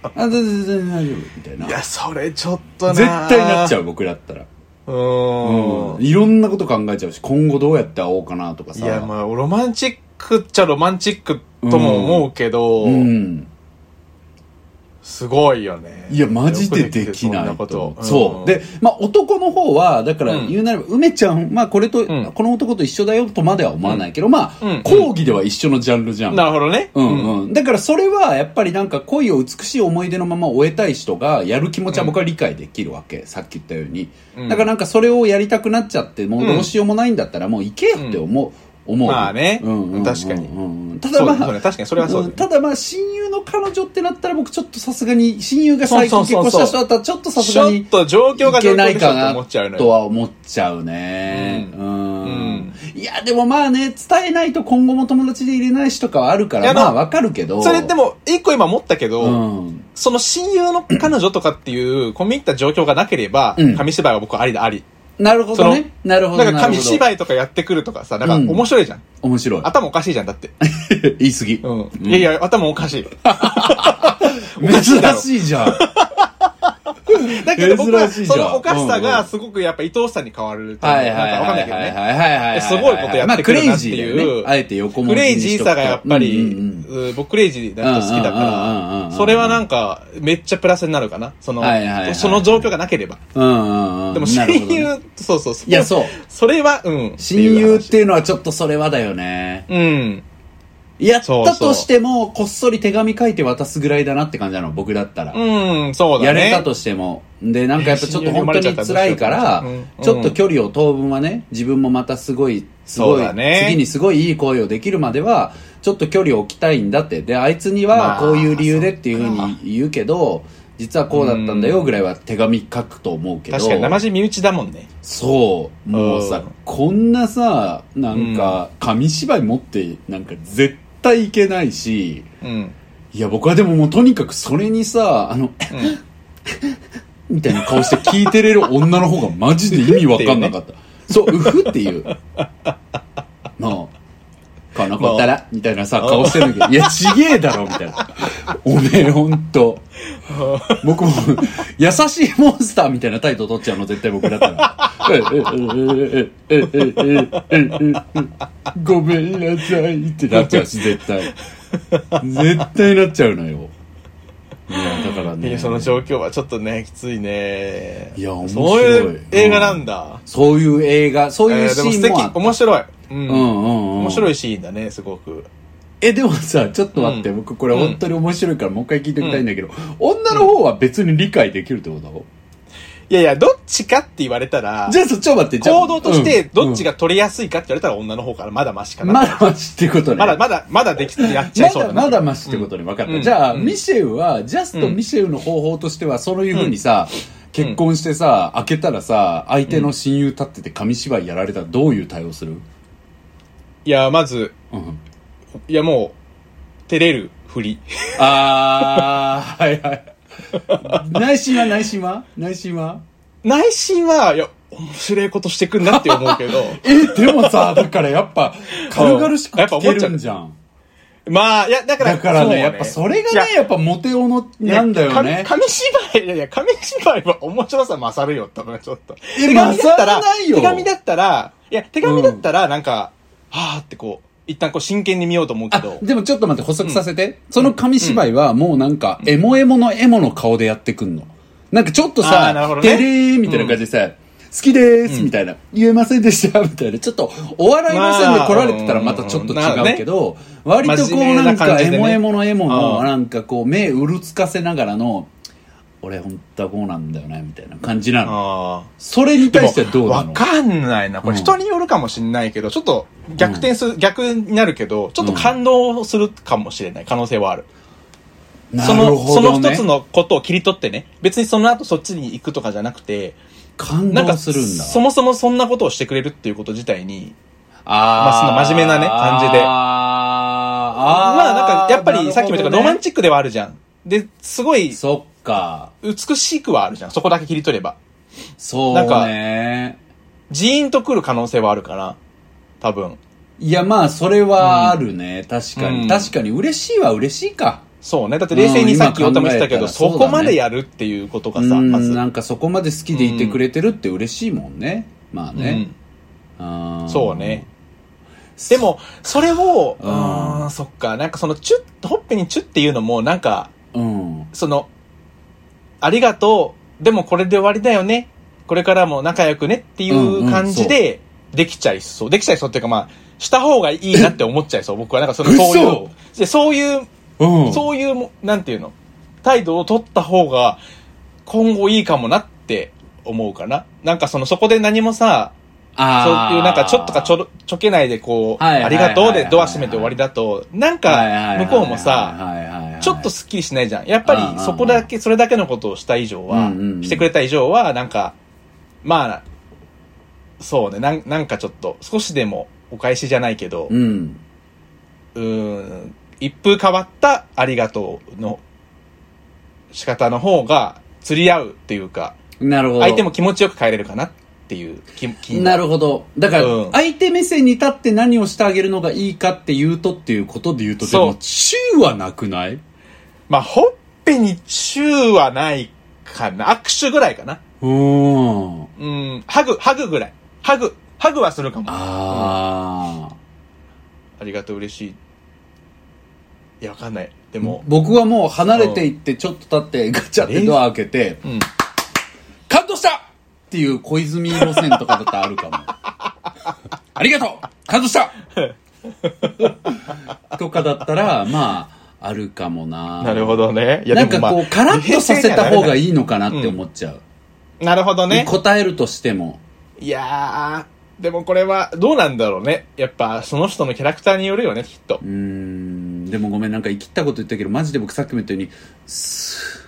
[SPEAKER 2] あ、全然、全然、大丈夫、みたいな。
[SPEAKER 1] いや、それちょっとな
[SPEAKER 2] 絶対なっちゃ
[SPEAKER 1] う。
[SPEAKER 2] う、僕だったら。
[SPEAKER 1] うーん。
[SPEAKER 2] いろんなこと考えちゃうし、今後どうやって会おうかなとか
[SPEAKER 1] い
[SPEAKER 2] さ。
[SPEAKER 1] や、まあ、ロマンチックっちゃロマンチックとも思うけど、
[SPEAKER 2] うん。
[SPEAKER 1] すごいよね。
[SPEAKER 2] いや、マジで
[SPEAKER 1] よ
[SPEAKER 2] できない
[SPEAKER 1] くできてそんな
[SPEAKER 2] と
[SPEAKER 1] こ。と。
[SPEAKER 2] そう。
[SPEAKER 1] ん
[SPEAKER 2] で、、まあ、男の方は、だから
[SPEAKER 1] うん
[SPEAKER 2] 言うなれば、梅ちゃん、まあ、これと、
[SPEAKER 1] ん
[SPEAKER 2] この男と一緒だよとまでは思わないけど、ま
[SPEAKER 1] う
[SPEAKER 2] あ
[SPEAKER 1] ん、
[SPEAKER 2] 講義では一緒のジャンルじゃん。
[SPEAKER 1] なるほどね。
[SPEAKER 2] うんうん、だからそれはやっぱりなんか恋を美しい思い出のまま終えたい人がやる気持ちは僕は理解できるわけ、さっき言ったように、
[SPEAKER 1] うん
[SPEAKER 2] だからなんかそれをやりたくなっちゃってもうどうしようもないんだったらもう行けよって思う、思う
[SPEAKER 1] まあね確かに
[SPEAKER 2] にただ
[SPEAKER 1] そうだ
[SPEAKER 2] ま
[SPEAKER 1] そう
[SPEAKER 2] あ
[SPEAKER 1] だ確かにそれはそうだ
[SPEAKER 2] んただまあ親友の彼女ってなったら僕ちょっとさすがに親友が最近
[SPEAKER 1] そう
[SPEAKER 2] 結
[SPEAKER 1] そうそう
[SPEAKER 2] 婚
[SPEAKER 1] そう
[SPEAKER 2] した人だったらちょっとさす
[SPEAKER 1] ち
[SPEAKER 2] が
[SPEAKER 1] ょっ
[SPEAKER 2] に
[SPEAKER 1] と状況が状
[SPEAKER 2] いけ
[SPEAKER 1] 況
[SPEAKER 2] な
[SPEAKER 1] でし
[SPEAKER 2] い
[SPEAKER 1] ょ
[SPEAKER 2] か
[SPEAKER 1] って思っちゃう
[SPEAKER 2] な
[SPEAKER 1] の
[SPEAKER 2] と
[SPEAKER 1] よ。
[SPEAKER 2] は思っちゃうね。う
[SPEAKER 1] うん
[SPEAKER 2] ん。いや、でもまあね、伝えないと今後も友達でいれないしとかはあるか
[SPEAKER 1] いや
[SPEAKER 2] ら、
[SPEAKER 1] でも
[SPEAKER 2] まあわかるけど。
[SPEAKER 1] それでも、一個今思ったけど、
[SPEAKER 2] うん。
[SPEAKER 1] その親友の彼女とかっていう、込み入った状況がなければ、
[SPEAKER 2] うん
[SPEAKER 1] 紙芝居は僕はありだ、あり。
[SPEAKER 2] なるほどね。なるほど。
[SPEAKER 1] なんか紙
[SPEAKER 2] 居。
[SPEAKER 1] 芝居とかやってくるとかさ、なんか
[SPEAKER 2] うん
[SPEAKER 1] 面白いじゃん。
[SPEAKER 2] 面白い。
[SPEAKER 1] 頭おかしいじゃん、だって。
[SPEAKER 2] 言い過ぎ。
[SPEAKER 1] うん。いやいや、頭おかしい。おかしいだろ
[SPEAKER 2] 珍しいじゃ ん。
[SPEAKER 1] だけど僕は、
[SPEAKER 2] 珍しいじ
[SPEAKER 1] そ
[SPEAKER 2] ゃん
[SPEAKER 1] のおかしさ
[SPEAKER 2] うん
[SPEAKER 1] が
[SPEAKER 2] うん
[SPEAKER 1] すごくやっぱ愛おしさに変わるっていうの
[SPEAKER 2] は
[SPEAKER 1] が
[SPEAKER 2] いはい
[SPEAKER 1] なんかわかん
[SPEAKER 2] は
[SPEAKER 1] ない
[SPEAKER 2] い
[SPEAKER 1] けど
[SPEAKER 2] は
[SPEAKER 1] ね。
[SPEAKER 2] いはいはいはいはい。
[SPEAKER 1] すごいことやってくるなっていう
[SPEAKER 2] まあクレイジーだよねあえて
[SPEAKER 1] ク
[SPEAKER 2] 横文字
[SPEAKER 1] レイ
[SPEAKER 2] に
[SPEAKER 1] ジー
[SPEAKER 2] しとくと
[SPEAKER 1] さがやっぱり、
[SPEAKER 2] うんうんう
[SPEAKER 1] う
[SPEAKER 2] ん
[SPEAKER 1] ん僕クレイジーだと好きだ
[SPEAKER 2] うんうんうんうん
[SPEAKER 1] か
[SPEAKER 2] うんう
[SPEAKER 1] ら、
[SPEAKER 2] ん
[SPEAKER 1] それはなんかめっちゃプラスになるかな。その
[SPEAKER 2] はいはいはいは、い
[SPEAKER 1] その状況がなければ。
[SPEAKER 2] うんうんうん。
[SPEAKER 1] でも
[SPEAKER 2] な
[SPEAKER 1] 親
[SPEAKER 2] るほどね
[SPEAKER 1] 友、そうそう、
[SPEAKER 2] いや、そう。
[SPEAKER 1] それは、うん。
[SPEAKER 2] 親友っ
[SPEAKER 1] いう
[SPEAKER 2] ていうのはちょっとそれはだよね。
[SPEAKER 1] 話。うん。
[SPEAKER 2] やっ
[SPEAKER 1] そうそ
[SPEAKER 2] た
[SPEAKER 1] う
[SPEAKER 2] としても、こっそり手紙書いて渡すぐらいだなって感じなの、僕だったら。
[SPEAKER 1] うん、そうだ
[SPEAKER 2] や
[SPEAKER 1] ね。
[SPEAKER 2] れたとしても。で、なんかやっぱちょっと
[SPEAKER 1] 親友に生
[SPEAKER 2] 本
[SPEAKER 1] ま
[SPEAKER 2] 当
[SPEAKER 1] れちゃ
[SPEAKER 2] に
[SPEAKER 1] ったら
[SPEAKER 2] 辛いから
[SPEAKER 1] どうしようか、な
[SPEAKER 2] ちょっ
[SPEAKER 1] う
[SPEAKER 2] と
[SPEAKER 1] ん
[SPEAKER 2] 距離を当分はね、自分もまたすごい、すご
[SPEAKER 1] そう
[SPEAKER 2] い
[SPEAKER 1] だ、ね
[SPEAKER 2] 次にすごいいい恋をできるまでは、ちょっと距離を置きたいんだって。で、あいつに
[SPEAKER 1] ま
[SPEAKER 2] は
[SPEAKER 1] あ
[SPEAKER 2] こういう理由でっていうふうに言うけど、実はこうだったんだよぐらいは手紙書くと思うけど。
[SPEAKER 1] 確かに、生地身内だもんね。
[SPEAKER 2] そう。もうさ、
[SPEAKER 1] うん
[SPEAKER 2] こんなさ、なんか、紙芝居持って、なんか絶対いけないし、
[SPEAKER 1] うん。
[SPEAKER 2] いや、僕はでももうとにかくそれにさ、あの、みたいな顔して聞いてれる女の方がマジで意味わかんなかった。そう、うふっていう。のこの子ったら、みたいなさ、顔してるんだけど、いや、ちげえだろ、みたいな。おめえ、ほんと。僕も、優しいモンスターみたいな態度取っちゃうの、絶対僕だったら。えええええええええええええごめんなさいってなっちゃうし、絶対。絶対なっちゃうのよ。いや、だから
[SPEAKER 1] うん。い
[SPEAKER 2] ね。
[SPEAKER 1] や、その状況はちょっとね、きついね。
[SPEAKER 2] いや面白い
[SPEAKER 1] そういう映画なんだ。
[SPEAKER 2] そういう映画、そういう
[SPEAKER 1] えー
[SPEAKER 2] シ
[SPEAKER 1] でも素
[SPEAKER 2] ーンもあっ
[SPEAKER 1] 敵。
[SPEAKER 2] た。
[SPEAKER 1] 面白い。う。
[SPEAKER 2] うんんうんうん。
[SPEAKER 1] 面白いシーンだね、すごく。
[SPEAKER 2] え、でもさ、ちょっと待って、
[SPEAKER 1] うん
[SPEAKER 2] 僕これ本当に面白いからもう一回聞いておきたいんだけど、女の方は別に理解できるってことだろ、
[SPEAKER 1] いやいや、どっちかって言われたら、
[SPEAKER 2] じゃあそ、ちょっと待って、じゃあ
[SPEAKER 1] 行動としてどっち
[SPEAKER 2] が、
[SPEAKER 1] が取りやすいかって言われたら女の方からまだマシか
[SPEAKER 2] うん
[SPEAKER 1] な。
[SPEAKER 2] まだマシってことね。
[SPEAKER 1] まだ、まだ、まだできてやっちゃ
[SPEAKER 2] ま
[SPEAKER 1] いそう
[SPEAKER 2] だ
[SPEAKER 1] だな。
[SPEAKER 2] まだマシってことね、分かった。
[SPEAKER 1] うん
[SPEAKER 2] じゃあ、
[SPEAKER 1] うん
[SPEAKER 2] ミシェウは、ジャストミシェウの方法としては、そういうふうにさ、結婚してさ、開けたらさ、相手の親友立ってて紙芝居やられたらどういう対応する、
[SPEAKER 1] いや、まず、
[SPEAKER 2] うん、
[SPEAKER 1] いやもう、照れるふり。
[SPEAKER 2] あー、はいはい。内心は内心は内心は
[SPEAKER 1] 内心は、いや、面白いことしてくんなって思うけ ど、
[SPEAKER 2] え、でもさ、だからやっぱ、軽々しく聞けるんじゃん。
[SPEAKER 1] まあ、いや、だから、
[SPEAKER 2] だから
[SPEAKER 1] そう
[SPEAKER 2] ね、やっぱそれが
[SPEAKER 1] いや
[SPEAKER 2] ね、やっぱモテ男の、なんだよ
[SPEAKER 1] いや
[SPEAKER 2] ね。
[SPEAKER 1] 紙紙芝居、いやいや、紙芝居は面白さ勝るよ、多分ちょっと。
[SPEAKER 2] え
[SPEAKER 1] 手紙だったら
[SPEAKER 2] 勝らない、よ
[SPEAKER 1] 手紙だったら、いや、手紙だったら、なんか、はーってこう、一旦こう真剣に見ようと思うけ
[SPEAKER 2] あ
[SPEAKER 1] ど、、
[SPEAKER 2] でもちょっと待って、補足させて。その紙芝居はもうなんか、エモエモのエモの顔でやってくんの。なんかちょっと
[SPEAKER 1] あーなるほ
[SPEAKER 2] さ、
[SPEAKER 1] どね
[SPEAKER 2] てれーみたいな感じでさ、好きでーすみたいな、言えませんでしたみたいな、ちょっとお笑い目線で来られてたらまたちょっと違うけど、割とこ
[SPEAKER 1] 真
[SPEAKER 2] う
[SPEAKER 1] 面目
[SPEAKER 2] なん
[SPEAKER 1] な感
[SPEAKER 2] か
[SPEAKER 1] じ
[SPEAKER 2] エ
[SPEAKER 1] でね
[SPEAKER 2] モエモのエモの、
[SPEAKER 1] うん
[SPEAKER 2] なんかこう目うるつかせながらの、俺本当はこうなんだよねみたいな感じな
[SPEAKER 1] あー
[SPEAKER 2] の。それに
[SPEAKER 1] で
[SPEAKER 2] 対してはど
[SPEAKER 1] も、
[SPEAKER 2] うな
[SPEAKER 1] わ
[SPEAKER 2] の
[SPEAKER 1] かんないな。これ
[SPEAKER 2] うん
[SPEAKER 1] 人によるかもしんないけど、ちょっと逆転する、逆になるけど、ちょっと感動するかもしれない可能性はある。
[SPEAKER 2] な
[SPEAKER 1] そ
[SPEAKER 2] る
[SPEAKER 1] の、
[SPEAKER 2] ほ
[SPEAKER 1] そ
[SPEAKER 2] ど
[SPEAKER 1] の
[SPEAKER 2] ね
[SPEAKER 1] 一つのことを切り取ってね、別にその後そっちに行くとかじゃなくて、
[SPEAKER 2] 感
[SPEAKER 1] なん
[SPEAKER 2] 動
[SPEAKER 1] か、
[SPEAKER 2] するんだ。
[SPEAKER 1] そもそもそんなことをしてくれるっていうこと自体に、
[SPEAKER 2] あー
[SPEAKER 1] まあその真面目なね感じで
[SPEAKER 2] あー
[SPEAKER 1] まあなんか、やっぱりさっきも言ったけど、ロマン
[SPEAKER 2] チ
[SPEAKER 1] チックではあるじゃん。で、すごい
[SPEAKER 2] そっか。
[SPEAKER 1] 美しくはあるじゃん。そこだけ切り取れば。
[SPEAKER 2] そう
[SPEAKER 1] なんか
[SPEAKER 2] ね。
[SPEAKER 1] ジーンと来る可能性はあるから。多分。
[SPEAKER 2] いや、まあ、それはあるね。確かに。
[SPEAKER 1] うん
[SPEAKER 2] 確かに、嬉しいは嬉しいか。
[SPEAKER 1] そうね。だって冷静にさっき
[SPEAKER 2] うん
[SPEAKER 1] お
[SPEAKER 2] 今
[SPEAKER 1] 試したけ
[SPEAKER 2] 考えたら
[SPEAKER 1] ど、
[SPEAKER 2] そう
[SPEAKER 1] そ
[SPEAKER 2] だ
[SPEAKER 1] こ
[SPEAKER 2] ね
[SPEAKER 1] までやるっていうことがさ、
[SPEAKER 2] うん
[SPEAKER 1] まず。
[SPEAKER 2] なんかそこまで好きでいてくれてるって嬉しいもんね。まあね。あ
[SPEAKER 1] う
[SPEAKER 2] ー
[SPEAKER 1] ん。そうね。。でも、それを、う
[SPEAKER 2] うん
[SPEAKER 1] ーん、そっか。なんかその、チュッ、ほっぺにチュっていうのも、なんか、
[SPEAKER 2] うん。
[SPEAKER 1] その、ありがとう、でもこれで終わりだよね。これからも仲良くねっていう感じで、できちゃいそう。できちゃいそうっていうかまあ、した方がいいなって思っちゃいそう。僕はなんかその、そういう
[SPEAKER 2] 嘘、
[SPEAKER 1] でそういう、
[SPEAKER 2] うん。
[SPEAKER 1] そういうも、なんていうの、態度を取った方が、今後いいかもなって思うかな。なんかその、そこで何もさ、そう
[SPEAKER 2] あー
[SPEAKER 1] いうなんかちょっとかちょろ、ちょけないでこう、
[SPEAKER 2] はいはい
[SPEAKER 1] あ
[SPEAKER 2] はい
[SPEAKER 1] り
[SPEAKER 2] はい
[SPEAKER 1] がとうでドア閉めて終わりだと、なん
[SPEAKER 2] はいはいはい
[SPEAKER 1] か、
[SPEAKER 2] はい
[SPEAKER 1] 向こうもさ、
[SPEAKER 2] はいはいはいはい
[SPEAKER 1] ちょっとすっきりしないじゃん。やっぱ
[SPEAKER 2] うん
[SPEAKER 1] り、そこだけ、それだけのことをした以上は
[SPEAKER 2] うんうんう、ん
[SPEAKER 1] してくれた以上は、なんか、まあ、そうね、なんなんかちょっと、少しでも、お返しじゃないけど、
[SPEAKER 2] うん。
[SPEAKER 1] うーん、一風変わったありがとうの仕方の方が釣り合うっていうか、
[SPEAKER 2] なるほど。
[SPEAKER 1] 相手も気持ちよく帰れるかなっていう気気に
[SPEAKER 2] な
[SPEAKER 1] る。
[SPEAKER 2] るほど。だから、
[SPEAKER 1] うん
[SPEAKER 2] 相手目線に立って何をしてあげるのがいいかっていうとっていうことで言うと、で
[SPEAKER 1] そう
[SPEAKER 2] も、チューはなくない
[SPEAKER 1] まあ、ほっぺにチューはないかな。握手ぐらいかな。
[SPEAKER 2] うん。
[SPEAKER 1] うん、ハグ、ハグぐらい。ハグ、ハグはするかも。あ
[SPEAKER 2] ああ、
[SPEAKER 1] りがとう、嬉しい。いや、わかんない。でも、
[SPEAKER 2] 僕はもう離れていって、ちょっと立って、ガチャってドア開けて、
[SPEAKER 1] うん。
[SPEAKER 2] 感動したっていう小泉路線とかだってある かも。ありがとう感動したとかだったら、まあ、あるかもな。
[SPEAKER 1] なるほどね。いや、
[SPEAKER 2] な
[SPEAKER 1] で
[SPEAKER 2] んか
[SPEAKER 1] もまあ
[SPEAKER 2] こう、カラッとさせた方が
[SPEAKER 1] い。
[SPEAKER 2] いいのかなって思っちゃう。
[SPEAKER 1] なるほどね。
[SPEAKER 2] 答えるとしても。
[SPEAKER 1] いやー、でもこれはどうなんだろうね。やっぱその人のキャラクターによるよね、きっと
[SPEAKER 2] う。ーん、でもごめん、なんか生きったこと言ったけど、マジで僕さっきも言ったように、ス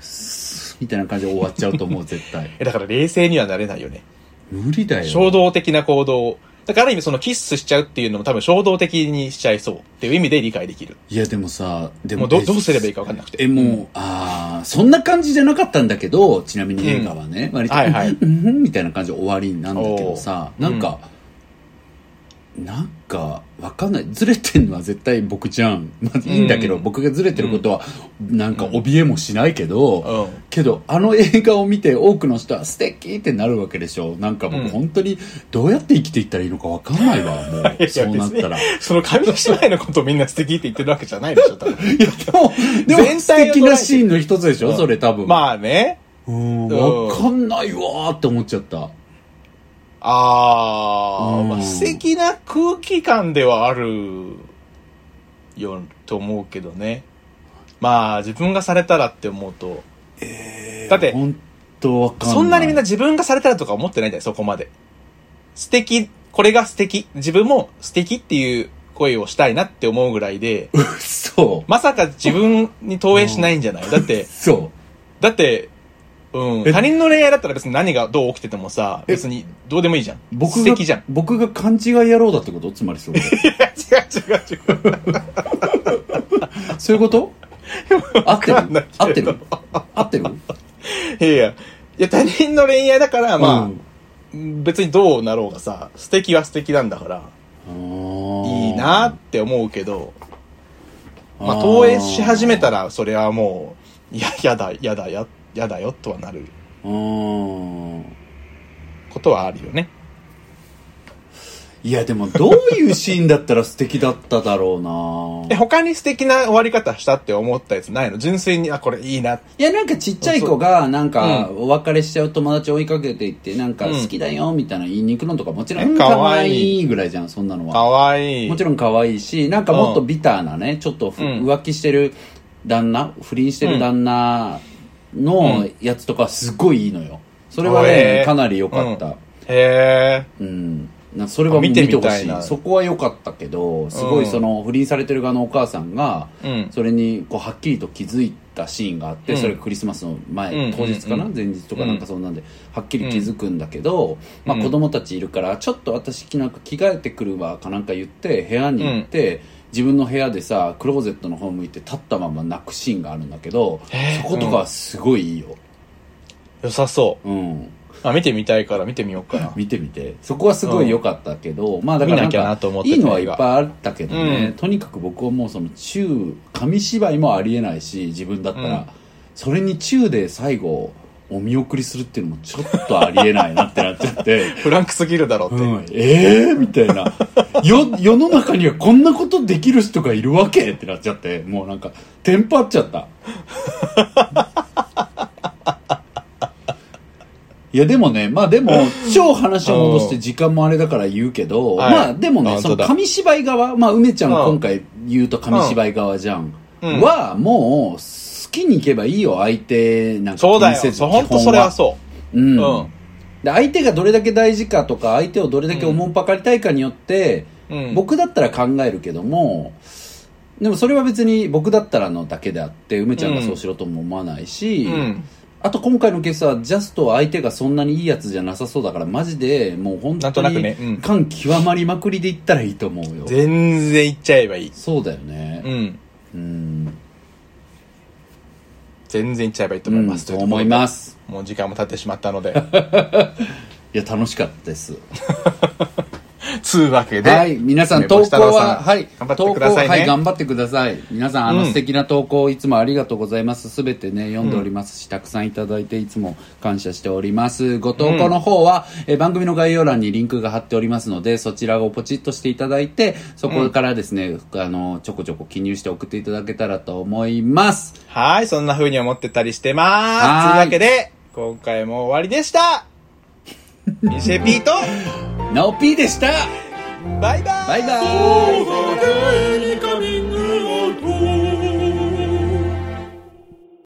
[SPEAKER 2] ー、スーみたいな感じで終わっちゃうと思う、絶対。
[SPEAKER 1] え、だから冷静にはなれないよね。
[SPEAKER 2] 無理だよ。
[SPEAKER 1] 衝動的な行動を。だからある意味そのキスしちゃうっていうのも多分衝動的にしちゃいそうっていう意味で理解で きる。
[SPEAKER 2] いや、でもさ、で
[SPEAKER 1] もうどどうすればいいか分かんなくて。
[SPEAKER 2] え、もう、ああ、そんな感じじゃなかったんだけど、ちなみに映画はね、割と、
[SPEAKER 1] はいはい
[SPEAKER 2] うんうんみたいな感じで終わりなんだけどさ、
[SPEAKER 1] おー
[SPEAKER 2] なんか、なんか、わかんない。ずれてんのは絶対僕じゃん。まあ、いいんだけど、
[SPEAKER 1] うん
[SPEAKER 2] 僕がずれてることは、なんか怯えもしないけど、
[SPEAKER 1] うん
[SPEAKER 2] けど、あの映画を見て多くの人は素敵ってなるわけでしょ。なんかも
[SPEAKER 1] うん
[SPEAKER 2] う本当に、どうやって生きていったらいいのかわかんないわ、も
[SPEAKER 1] いや
[SPEAKER 2] う。そうなったら。い
[SPEAKER 1] 別にその紙芝居のことをみんな素敵って言ってるわけじゃないでしょ、多分。
[SPEAKER 2] や、でも、でも
[SPEAKER 1] 全
[SPEAKER 2] 素
[SPEAKER 1] 体を捉えて
[SPEAKER 2] 敵なシーンの一つでしょ、
[SPEAKER 1] うん
[SPEAKER 2] それ多分。
[SPEAKER 1] まあね。
[SPEAKER 2] うん、
[SPEAKER 1] うん
[SPEAKER 2] わかんないわーって思っちゃった。
[SPEAKER 1] あー、
[SPEAKER 2] うん
[SPEAKER 1] まあ、素敵な空気感ではあるよと思うけどね。まあ自分がされたらって思うと。だって、
[SPEAKER 2] 本当わかんない。
[SPEAKER 1] そんなにみんな、自分がされたらとか思ってないんだよ、そこまで。素敵、これが素敵、自分も素敵っていう声をしたいなって思うぐらいで、
[SPEAKER 2] 嘘。
[SPEAKER 1] まさか自分に投影しないんじゃないだって、
[SPEAKER 2] そ
[SPEAKER 1] だって、うん、
[SPEAKER 2] え
[SPEAKER 1] 他人の恋愛だったら別に何がどう起きててもさ、
[SPEAKER 2] え
[SPEAKER 1] 別にどうでもいいじゃん。
[SPEAKER 2] う。僕
[SPEAKER 1] 素
[SPEAKER 2] が
[SPEAKER 1] 敵 じゃん。、
[SPEAKER 2] 僕が勘違い野郎だってことつまりそう。
[SPEAKER 1] 違う違う違う。
[SPEAKER 2] そういうこと合って る
[SPEAKER 1] わかんない
[SPEAKER 2] 合ってる合ってる
[SPEAKER 1] いやいや、いや他人の恋愛だから、ま
[SPEAKER 2] うん
[SPEAKER 1] あ、別にどうなろうがさ、素敵は素敵なんだから、
[SPEAKER 2] あー
[SPEAKER 1] いいなって思うけど、まあ、投影し始めたら、それはもう、いや、やだ、やだ、や、やだよ、とはなる
[SPEAKER 2] うん
[SPEAKER 1] ことはあるよね。
[SPEAKER 2] いやでもどういうシーンだったら素敵だっただろうな
[SPEAKER 1] え、他に素敵な終わり方したって思ったやつないの純粋に、あ、これいいな。
[SPEAKER 2] いやなんかちっちゃい子がなんかお別れしちゃう友達追いかけていってなんか好きだよみたいな言いに行くのとかもちろ
[SPEAKER 1] うん
[SPEAKER 2] ん
[SPEAKER 1] か
[SPEAKER 2] 可
[SPEAKER 1] わいい
[SPEAKER 2] 愛いぐらいじゃんそんなの
[SPEAKER 1] か
[SPEAKER 2] は
[SPEAKER 1] わいい。
[SPEAKER 2] もちろん可愛いしなんかもっと
[SPEAKER 1] うん
[SPEAKER 2] ビターなねちょっとふ
[SPEAKER 1] うん
[SPEAKER 2] 浮気してる旦那不倫してる旦那
[SPEAKER 1] う
[SPEAKER 2] のやつとかすごいいいのよそれは
[SPEAKER 1] へ
[SPEAKER 2] ね
[SPEAKER 1] ー
[SPEAKER 2] かなり良かった、
[SPEAKER 1] へえ。
[SPEAKER 2] うん、なそれはもう
[SPEAKER 1] 見
[SPEAKER 2] 見
[SPEAKER 1] て
[SPEAKER 2] て
[SPEAKER 1] みたい
[SPEAKER 2] ほしい
[SPEAKER 1] な
[SPEAKER 2] そこは良かったけどすごいその不倫されてる側のお母さんが、
[SPEAKER 1] うん
[SPEAKER 2] それにこうはっきりと気づいたシーンがあって、
[SPEAKER 1] うん
[SPEAKER 2] それがクリスマスの前、
[SPEAKER 1] うん
[SPEAKER 2] 当日かな、
[SPEAKER 1] うん
[SPEAKER 2] 前日とかなんかそんなんで、はっきり気づくんだけど、まあ、
[SPEAKER 1] うん
[SPEAKER 2] 子供たちいるからちょっと私なんか着替えてくるわかなんか言って部屋に行って、自分の部屋でさクローゼットの方向いて立ったまま泣くシーンがあるんだけど
[SPEAKER 1] へー
[SPEAKER 2] そことかはすごいいいよ、
[SPEAKER 1] 良さそ
[SPEAKER 2] うん、
[SPEAKER 1] う。あ、見てみたいから見てみようかな。
[SPEAKER 2] 見てみてそこはすごい良かったけど、まあだからん
[SPEAKER 1] 見なき
[SPEAKER 2] か
[SPEAKER 1] ゃなと思ってた
[SPEAKER 2] いいのはいっぱいあったけどね、
[SPEAKER 1] うん
[SPEAKER 2] とにかく僕はもうその中紙芝居もありえないし自分だったら、
[SPEAKER 1] うん
[SPEAKER 2] それに中で最後お見送りするっていうのもちょっとありえないなってなっちゃって、
[SPEAKER 1] フランクすぎるだろうって。
[SPEAKER 2] うん、ええー、みたいなよ世の中にはこんなことできる人がいるわけってなっちゃってもうなんかテンパっちゃった いやでもねまあでも超話を戻して時間もあれだから言うけど、
[SPEAKER 1] はい
[SPEAKER 2] まあでもね
[SPEAKER 1] あ
[SPEAKER 2] その
[SPEAKER 1] 本当だ
[SPEAKER 2] 紙芝居側まあ梅ちゃん
[SPEAKER 1] うん
[SPEAKER 2] 今回言うと紙芝居側じゃん、
[SPEAKER 1] うん
[SPEAKER 2] はもう好きに行けばいいよ相手なんか
[SPEAKER 1] そうだ
[SPEAKER 2] 気にせ
[SPEAKER 1] よ。
[SPEAKER 2] ず
[SPEAKER 1] そう、ほんとそれはそうう。
[SPEAKER 2] ん、
[SPEAKER 1] うん。
[SPEAKER 2] で相手がどれだけ大事かとか相手をどれだけおもんぱかりたいかによって、
[SPEAKER 1] うん。
[SPEAKER 2] 僕だったら考えるけどもでもそれは別に僕だったらのだけであって梅ちゃんがそうしろとも思わないし、
[SPEAKER 1] うん。
[SPEAKER 2] あと今回のケースはジャスト相手がそんなにいいやつじゃなさそうだからマジでもう本
[SPEAKER 1] なんと
[SPEAKER 2] 当
[SPEAKER 1] なく
[SPEAKER 2] に
[SPEAKER 1] ねうん
[SPEAKER 2] 感極まりまくりでいったらいいと思うよ、
[SPEAKER 1] 全然いっちゃえばいい。
[SPEAKER 2] そうだよね
[SPEAKER 1] うん。
[SPEAKER 2] うん
[SPEAKER 1] 全然いっちゃえばいいと
[SPEAKER 2] う
[SPEAKER 1] 思い
[SPEAKER 2] ん
[SPEAKER 1] ます。。
[SPEAKER 2] そう思いますす
[SPEAKER 1] もう時間も経ってしまったの で。
[SPEAKER 2] いや楽しかったです
[SPEAKER 1] つうわけで。
[SPEAKER 2] はい、皆さん
[SPEAKER 1] 梅干
[SPEAKER 2] 投
[SPEAKER 1] し
[SPEAKER 2] 稿
[SPEAKER 1] 太郎さん
[SPEAKER 2] は、はい、
[SPEAKER 1] 頑張ってください
[SPEAKER 2] 投稿は
[SPEAKER 1] ね。
[SPEAKER 2] い、頑張ってください。皆さん、あ
[SPEAKER 1] う
[SPEAKER 2] の
[SPEAKER 1] ん
[SPEAKER 2] 素敵な投稿、いつもありがとうございます。すべてね、読んでおりますし、たくさんいただいて、いつも感謝しております。ご投稿の方は、えー番組の概要欄にリンクが貼っておりますので、そちらをポチッとしていただいて、そこからですね、あの、ちょこちょこ記入して送っていただけたらと思います。
[SPEAKER 1] はい、そんな風に思ってたりしてま
[SPEAKER 2] は
[SPEAKER 1] す。
[SPEAKER 2] ーい
[SPEAKER 1] というわけで、今回も終わりでした。ミシェピーと、
[SPEAKER 2] なおぴーでした
[SPEAKER 1] バイバイ
[SPEAKER 2] バイバー
[SPEAKER 3] 「
[SPEAKER 2] イ
[SPEAKER 3] 声に変